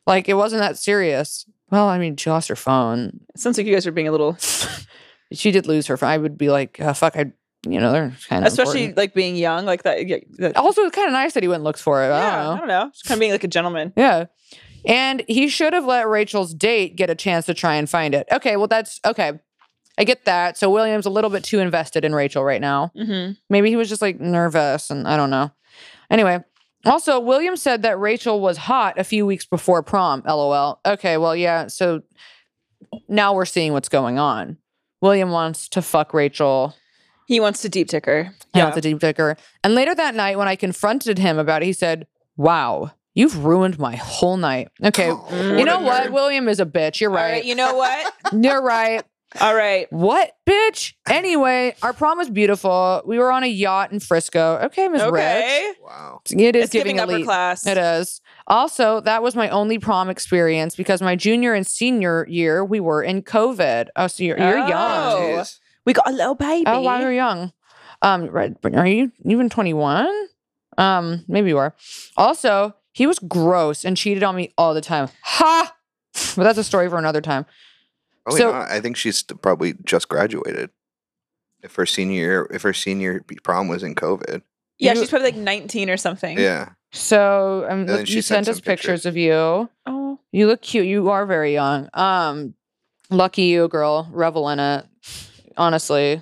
Like, it wasn't that serious. Well, I mean, she lost her phone. It sounds like you guys are being a little, She did lose her phone. I would be like, uh fuck, I, you know, they're kind of. especially like being young, like that. Yeah, that- Also, it's kind of nice that he went and looked for it. I don't yeah, know. I don't know. Just kind of being like a gentleman. Yeah. And he should have let Rachel's date get a chance to try and find it. Okay, well, that's okay. I get that. So William's a little bit too invested in Rachel right now. Mm-hmm. Maybe he was just like nervous and I don't know. Anyway, also, William said that Rachel was hot a few weeks before prom, lol. Okay, well, yeah. So now we're seeing what's going on. William wants to fuck Rachel. He wants to deep ticker. Yeah. Not the deep dicker. And later that night, when I confronted him about it, he said, Wow, you've ruined my whole night. Okay, Oh, you a know what? nerd. William is a bitch. You're All right. right. You know what? You're right. All right. What bitch? Anyway, our prom was beautiful. We were on a yacht in Frisco. Okay, Ms. Rich. Okay. Wow. It is It's giving, upper elite. class. It is. Also, that was my only prom experience because my junior and senior year we were in COVID. Oh, so you're, you're Oh, young. Jeez. We got a little baby. Oh, wow, you're young. Um, right, but are you even 21? Um, maybe you are. Also, he was gross and cheated on me all the time. Ha! But that's a story for another time. Probably So- not. Oh, I think she's st- probably just graduated. If her senior year, if her senior b- prom was in COVID, yeah, You- she's probably like 19 or something. yeah, So um, And then look- she you sent sent us some pictures. pictures of you. Oh. You look cute. You are very young. Um, lucky you, girl. Revel in it. Honestly,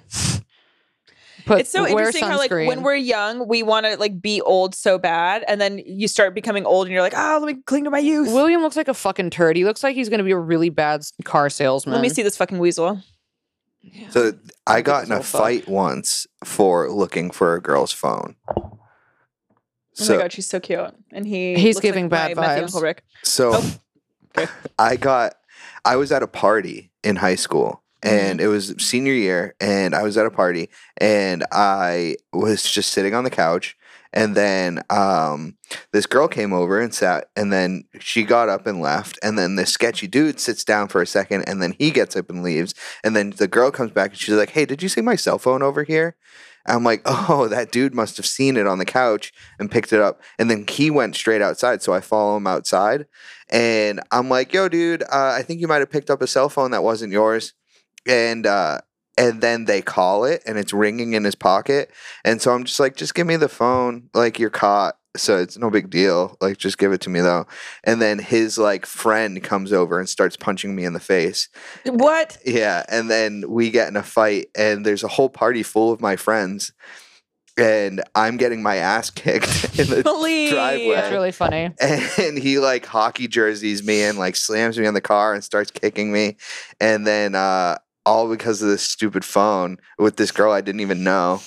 Put, it's so wear interesting how like when sunscreen. we're young, we want to like be old so bad, and then you start becoming old, and you're like, oh, let me cling to my youth. William looks like a fucking turd. He looks like he's gonna be a really bad s- car salesman. Let me see this fucking weasel. Oh So th- I Look at got this in a little fuck. fight once for looking for a girl's phone. Oh So my god, she's so cute, and he He's looks giving bad like my Matthew vibes. Uncle Rick. so Oh. Okay. I got I was at a party in high school and Mm-hmm. it was senior year and I was at a party and I was just sitting on the couch and then um this girl came over and sat and then she got up and left and then this sketchy dude sits down for a second and then he gets up and leaves and then the girl comes back and she's like hey did you see my cell phone over here i'm like oh that dude must have seen it on the couch and picked it up and then he went straight outside so i follow him outside and i'm like yo dude uh, i think you might have picked up a cell phone that wasn't yours and uh and then they call it and it's ringing in his pocket and so I'm just like, just give me the phone. Like you're caught. So it's no big deal. Like just give it to me though. And then his like friend comes over and starts punching me in the face. What? Yeah. And then we get in a fight and there's a whole party full of my friends. And I'm getting my ass kicked in the Please. That's Driveway. really funny. and he like hockey jerseys me and like slams me on the car and starts kicking me and then uh all because of this stupid phone with this girl I didn't even know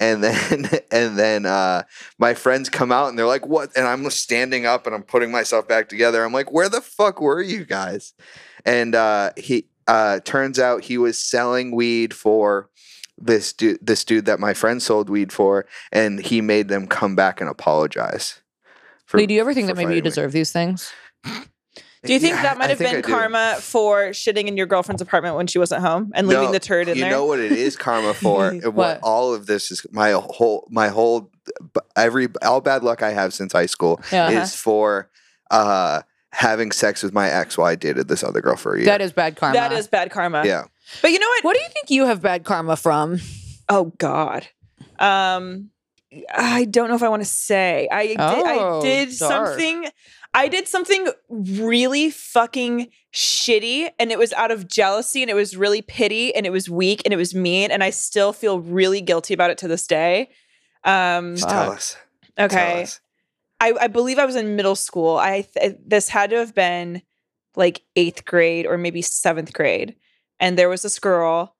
and then and then uh my friends come out and they're like what and I'm standing up and I'm putting myself back together I'm like where the fuck were you guys and uh he uh turns out he was selling weed for this dude this dude that my friend sold weed for and he made them come back and apologize for- Lee, do you ever think for that maybe you fighting me. deserve these things? Do you think Yeah, that might I have think I been do. karma for shitting in your girlfriend's apartment when she wasn't home and leaving No, the turd in you there? know what it is karma for? and what? What? all of this is my whole my whole b- every all bad luck I have since high school Yeah. Uh-huh. is for uh having sex with my ex while I dated this other girl for a year. That is bad karma. That is bad karma. yeah. But you know what? What do you think you have bad karma from? Oh God. Um I don't know if I want to say. I did, I Oh, did dark. something I did something really fucking shitty and it was out of jealousy and it was really pity and it was weak and it was mean and I still feel really guilty about it to this day. Um Just Fuck. tell us. okay. Tell us. I, I believe I was in middle school. I th- uh, this had to have been like eighth grade or maybe seventh grade, and there was this girl,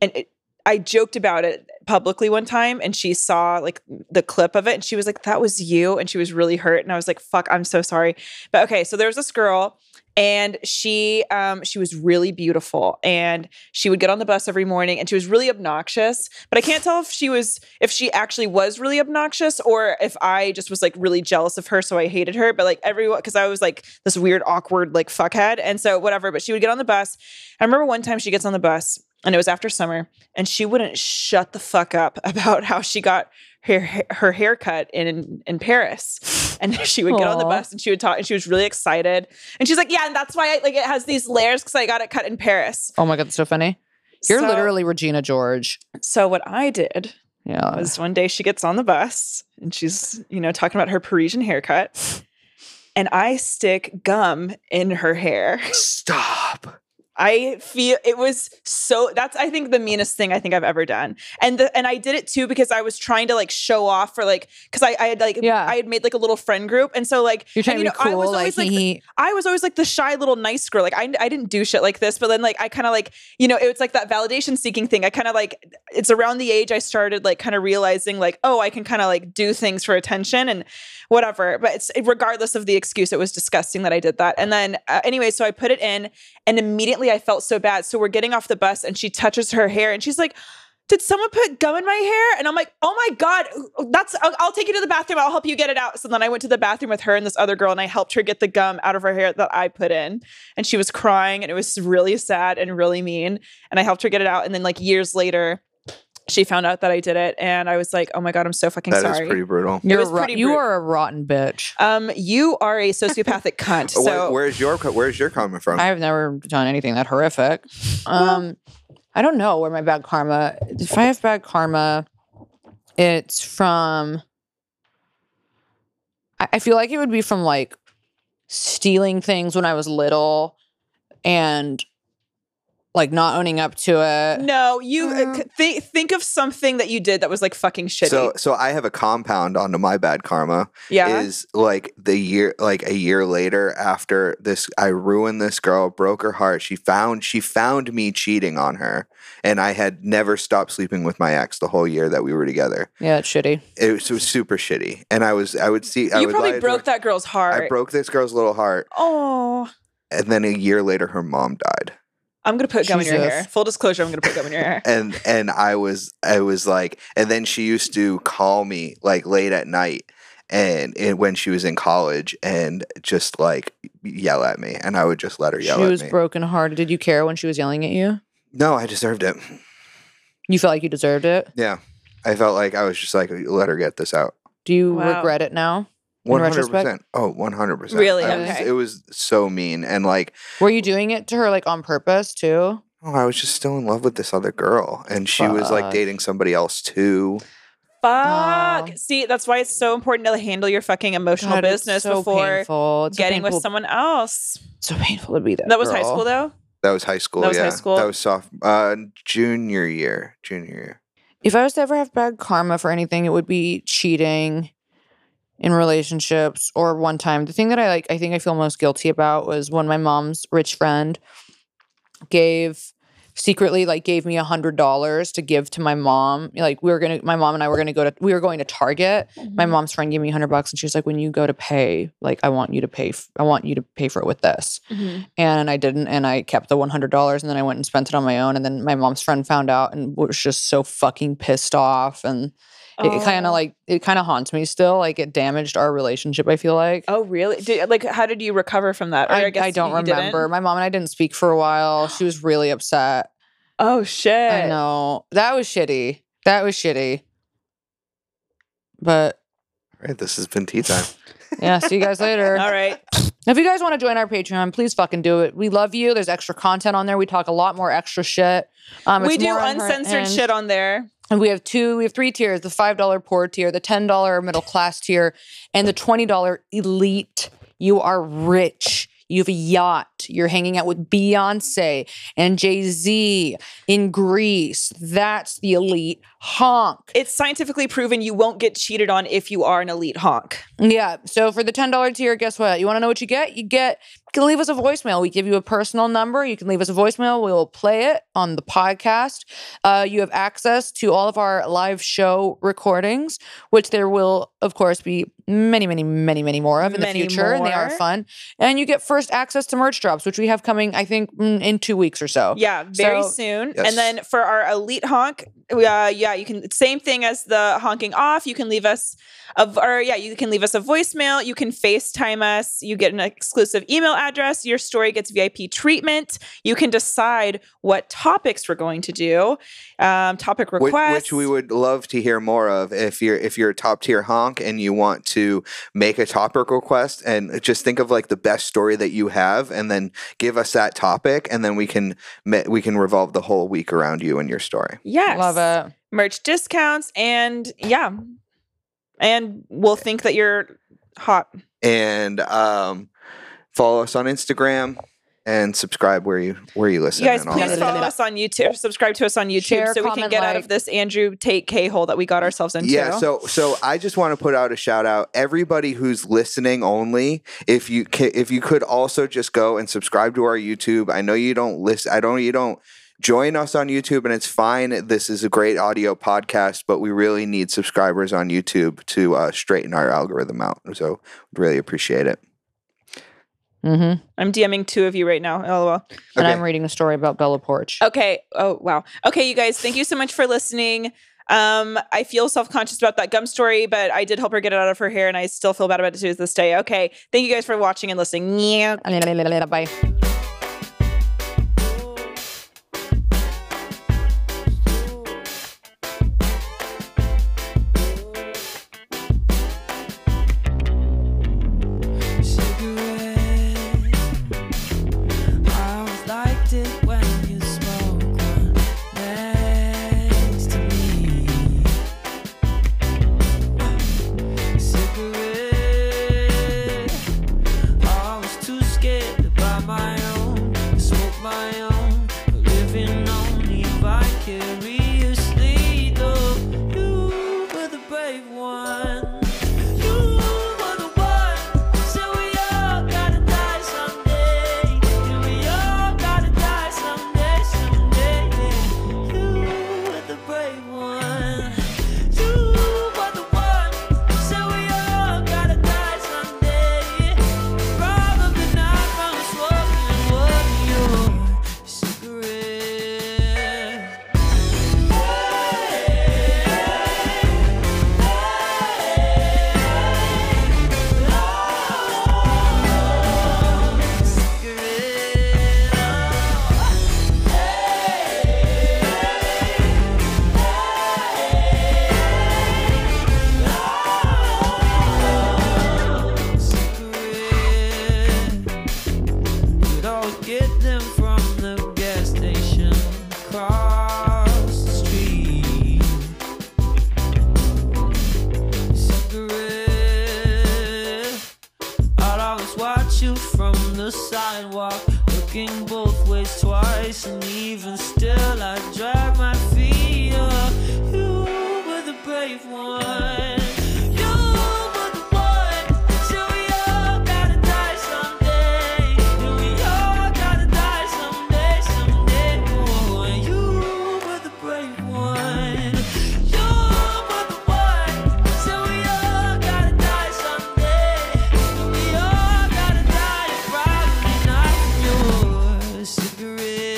and it, I joked about it publicly one time and she saw like the clip of it and she was like, that was you. And she was really hurt. And I was like, fuck, I'm so sorry. But okay, so there was this girl and she um she was really beautiful and she would get on the bus every morning and she was really obnoxious but i can't tell if she was if she actually was really obnoxious or if i just was like really jealous of her so i hated her but like everyone because i was like this weird awkward like fuckhead and so whatever but she would get on the bus i remember one time she gets on the bus and it was after summer and she wouldn't shut the fuck up about how she got her her haircut in in Paris and she would get on the Aw. bus and she would talk and she was really excited and she's like yeah and that's why I, like it has these layers cuz I got it cut in Paris Oh my god, that's so funny. You're So- literally Regina George. so what I did Yeah. was one day she gets on the bus and she's you know talking about her Parisian haircut and I stick gum in her hair Stop. I feel it was so that's I think the meanest thing I think I've ever done. And the, and I did it too because I was trying to like show off for like cuz I I had like Yeah. I had made like a little friend group and so like You're trying and, you to be know, I cool, was like, always like he. I was always like the shy little nice girl. Like I, I didn't do shit like this, but then like I kind of like, you know, it was like that validation seeking thing. I kind of like it's around the age I started like kind of realizing like, oh, I can kind of like do things for attention and whatever. But it's regardless of the excuse, it was disgusting that I did that. And then uh, anyway, so I put it in and immediately I felt so bad. So we're getting off the bus and she touches her hair and she's like, did someone put gum in my hair? And I'm like, oh my God, that's, I'll, I'll take you to the bathroom. I'll help you get it out. So then I went to the bathroom with her and this other girl and I helped her get the gum out of her hair that I put in. And she was crying and it was really sad and really mean. And I helped her get it out. And then like years later, she found out that I did it. And I was like, oh my God, I'm so fucking That is sorry. pretty brutal. You're was ro- pretty you brut- are a rotten bitch. um, you are a sociopathic cunt. Wh- So where's your co- Where's your coming from? I've never done anything that horrific. Um, I don't know where my bad karma. If I have bad karma, it's from. I I feel like it would be from like stealing things when I was little, and like not owning up to it. no, you uh, Mm. c- thi- think of something that you did that was like fucking shitty. Uh-huh. so, so I have a compound onto my bad karma. yeah. is like the year like a year later after this I ruined this girl, broke her heart. She found she found me cheating on her and I had never stopped sleeping with my ex the whole year that we were together. Yeah, it's shitty. It was, it was super shitty. And I was I would see I you would lie probably to broke her- that girl's heart. I broke this girl's little heart Oh, and then a year later her mom died. I'm gonna put gum in your Jesus. hair. Full disclosure, I'm gonna put gum in your hair. And and I was I was like and then she used to call me like late at night and and when she was in college and just like yell at me and I would just let her yell she at was me. broken hearted. Did you care when she was yelling at you? No, I deserved it. You felt like you deserved it. Yeah. I felt like I was just like, let her get this out. Do you Wow. regret it now? In 100%. retrospect? Oh, 100%. Really? I was- Okay. it was so mean. And like, Were you doing it to her like on purpose too? oh, I was just still in love with this other girl. And she was like Fuck. dating somebody else too. Fuck. Oh. See, that's why it's so important to handle your fucking emotional God, it's business so before painful. It's so getting painful- with someone else. So painful to be that. That was high girl. school though. That was high school. That was yeah. high school? That was soft, uh, junior year. Junior year. If I was to ever have bad karma for anything, it would be cheating in relationships or one time. The thing that I like, I think I feel most guilty about was when my mom's rich friend gave secretly like gave me a hundred dollars to give to my mom. Like we were gonna my mom and I were gonna go to we were going to Target. Mm-hmm. My mom's friend gave me a hundred bucks and she was like, when you go to pay, like I want you to pay f- I want you to pay for it with this. Mhm. and I didn't, and I kept the one hundred dollars, and then I went and spent it on my own, and then my mom's friend found out and was just so fucking pissed off, and it, kind Oh. of like it kind of haunts me still, like it damaged our relationship. I feel like Oh really? Did, like, how did you recover from that? Or I, guess I don't you didn't? remember. My mom and I didn't speak for a while. She was really upset. Oh shit. I know that was shitty. That was shitty. But All right. This has been tea time. yeah, see you guys later. All right. If you guys want to join our Patreon, please fucking do it. We love you. There's extra content on there. We talk a lot more extra shit. Um, we it's do more on her uncensored end. shit on there. And we have two, we have three tiers the $5 poor tier, the $10 middle class tier, and the $20 elite. You are rich. You have a yacht. You're hanging out with Beyonce and Jay Z in Greece. That's the elite honk. It's scientifically proven you won't get cheated on if you are an elite honk. Yeah. So for the $10 tier, guess what? You want to know what you get? You get can leave us a voicemail. We give you a personal number. You can leave us a voicemail. We will play it on the podcast. Uh, you have access to all of our live show recordings, which there will, of course, be many, many, many, many more of in Many the future. And they are more. fun. And you get first access to merch drops, which we have coming, I think, mm, in two weeks or so. Yeah, very So- soon. Yes. And then for our elite honk, uh, yeah, you can same thing as the honking off. You can leave us a v- or yeah, you can leave us a voicemail. You can FaceTime us. You get an exclusive email address. Your story gets VIP treatment. You can decide what topics we're going to do, um, topic Which, requests. which we would love to hear more of if you're if you're a top tier honk and you want to make a topic request and just think of like the best story that you have and then give us that topic and then we can ma- we can revolve the whole week around you and your story. yes, Love it. merch discounts and yeah, and we'll Eh. think that you're hot. And um, follow us on Instagram and subscribe where you where you listen. You guys, and all please that. follow us on YouTube. Subscribe to us on YouTube Share, so we can comment, get out of like. this Andrew Tate K hole that we got ourselves into. Yeah, so so I just want to put out a shout out everybody who's listening only. If you ca if you could also just go and subscribe to our YouTube. I know you don't list. I don't you don't join us on YouTube, and it's fine. This is a great audio podcast, but we really need subscribers on YouTube to uh, straighten our algorithm out. So we'd really appreciate it. Mm-hmm. And I'm DMing two of you right now. LOL. Okay. I'm reading a story about Bella Porch. Okay. Oh, wow. Okay, you guys, thank you so much for listening. Um, I feel self conscious about that gum story, but I did help her get it out of her hair, and I still feel bad about it to this day. Okay. Thank you guys for watching and listening. Yeah. Bye. cigarette. I always liked it when you smoked one next to me. Cigarette. I was too scared to buy my own, to smoke my own, living only vicariously. Though you were the brave one. You were the one who said we all gotta die someday. Yeah, we all gotta die someday, someday. Yeah. You were the brave one. You were the one who said we all gotta die someday. Probably not from smoking one your cigarette. Get them from the gas station across the street cigarette. I'd always watch you from the sidewalk, looking both ways twice, and even still, I drag my feet up. You were the brave one. You were the one. Till we all gotta die someday. Yeah, we all gotta die someday, someday. Oh, and you were the brave one. You were the one. Till we all gotta die someday. Yeah, we all gotta die. Probably not from your cigarette.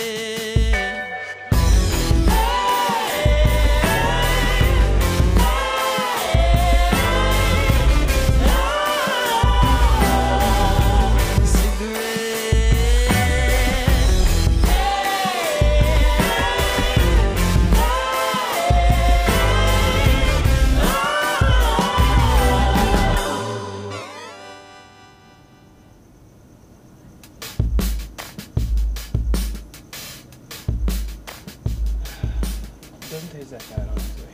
Doesn't taste that bad, honestly.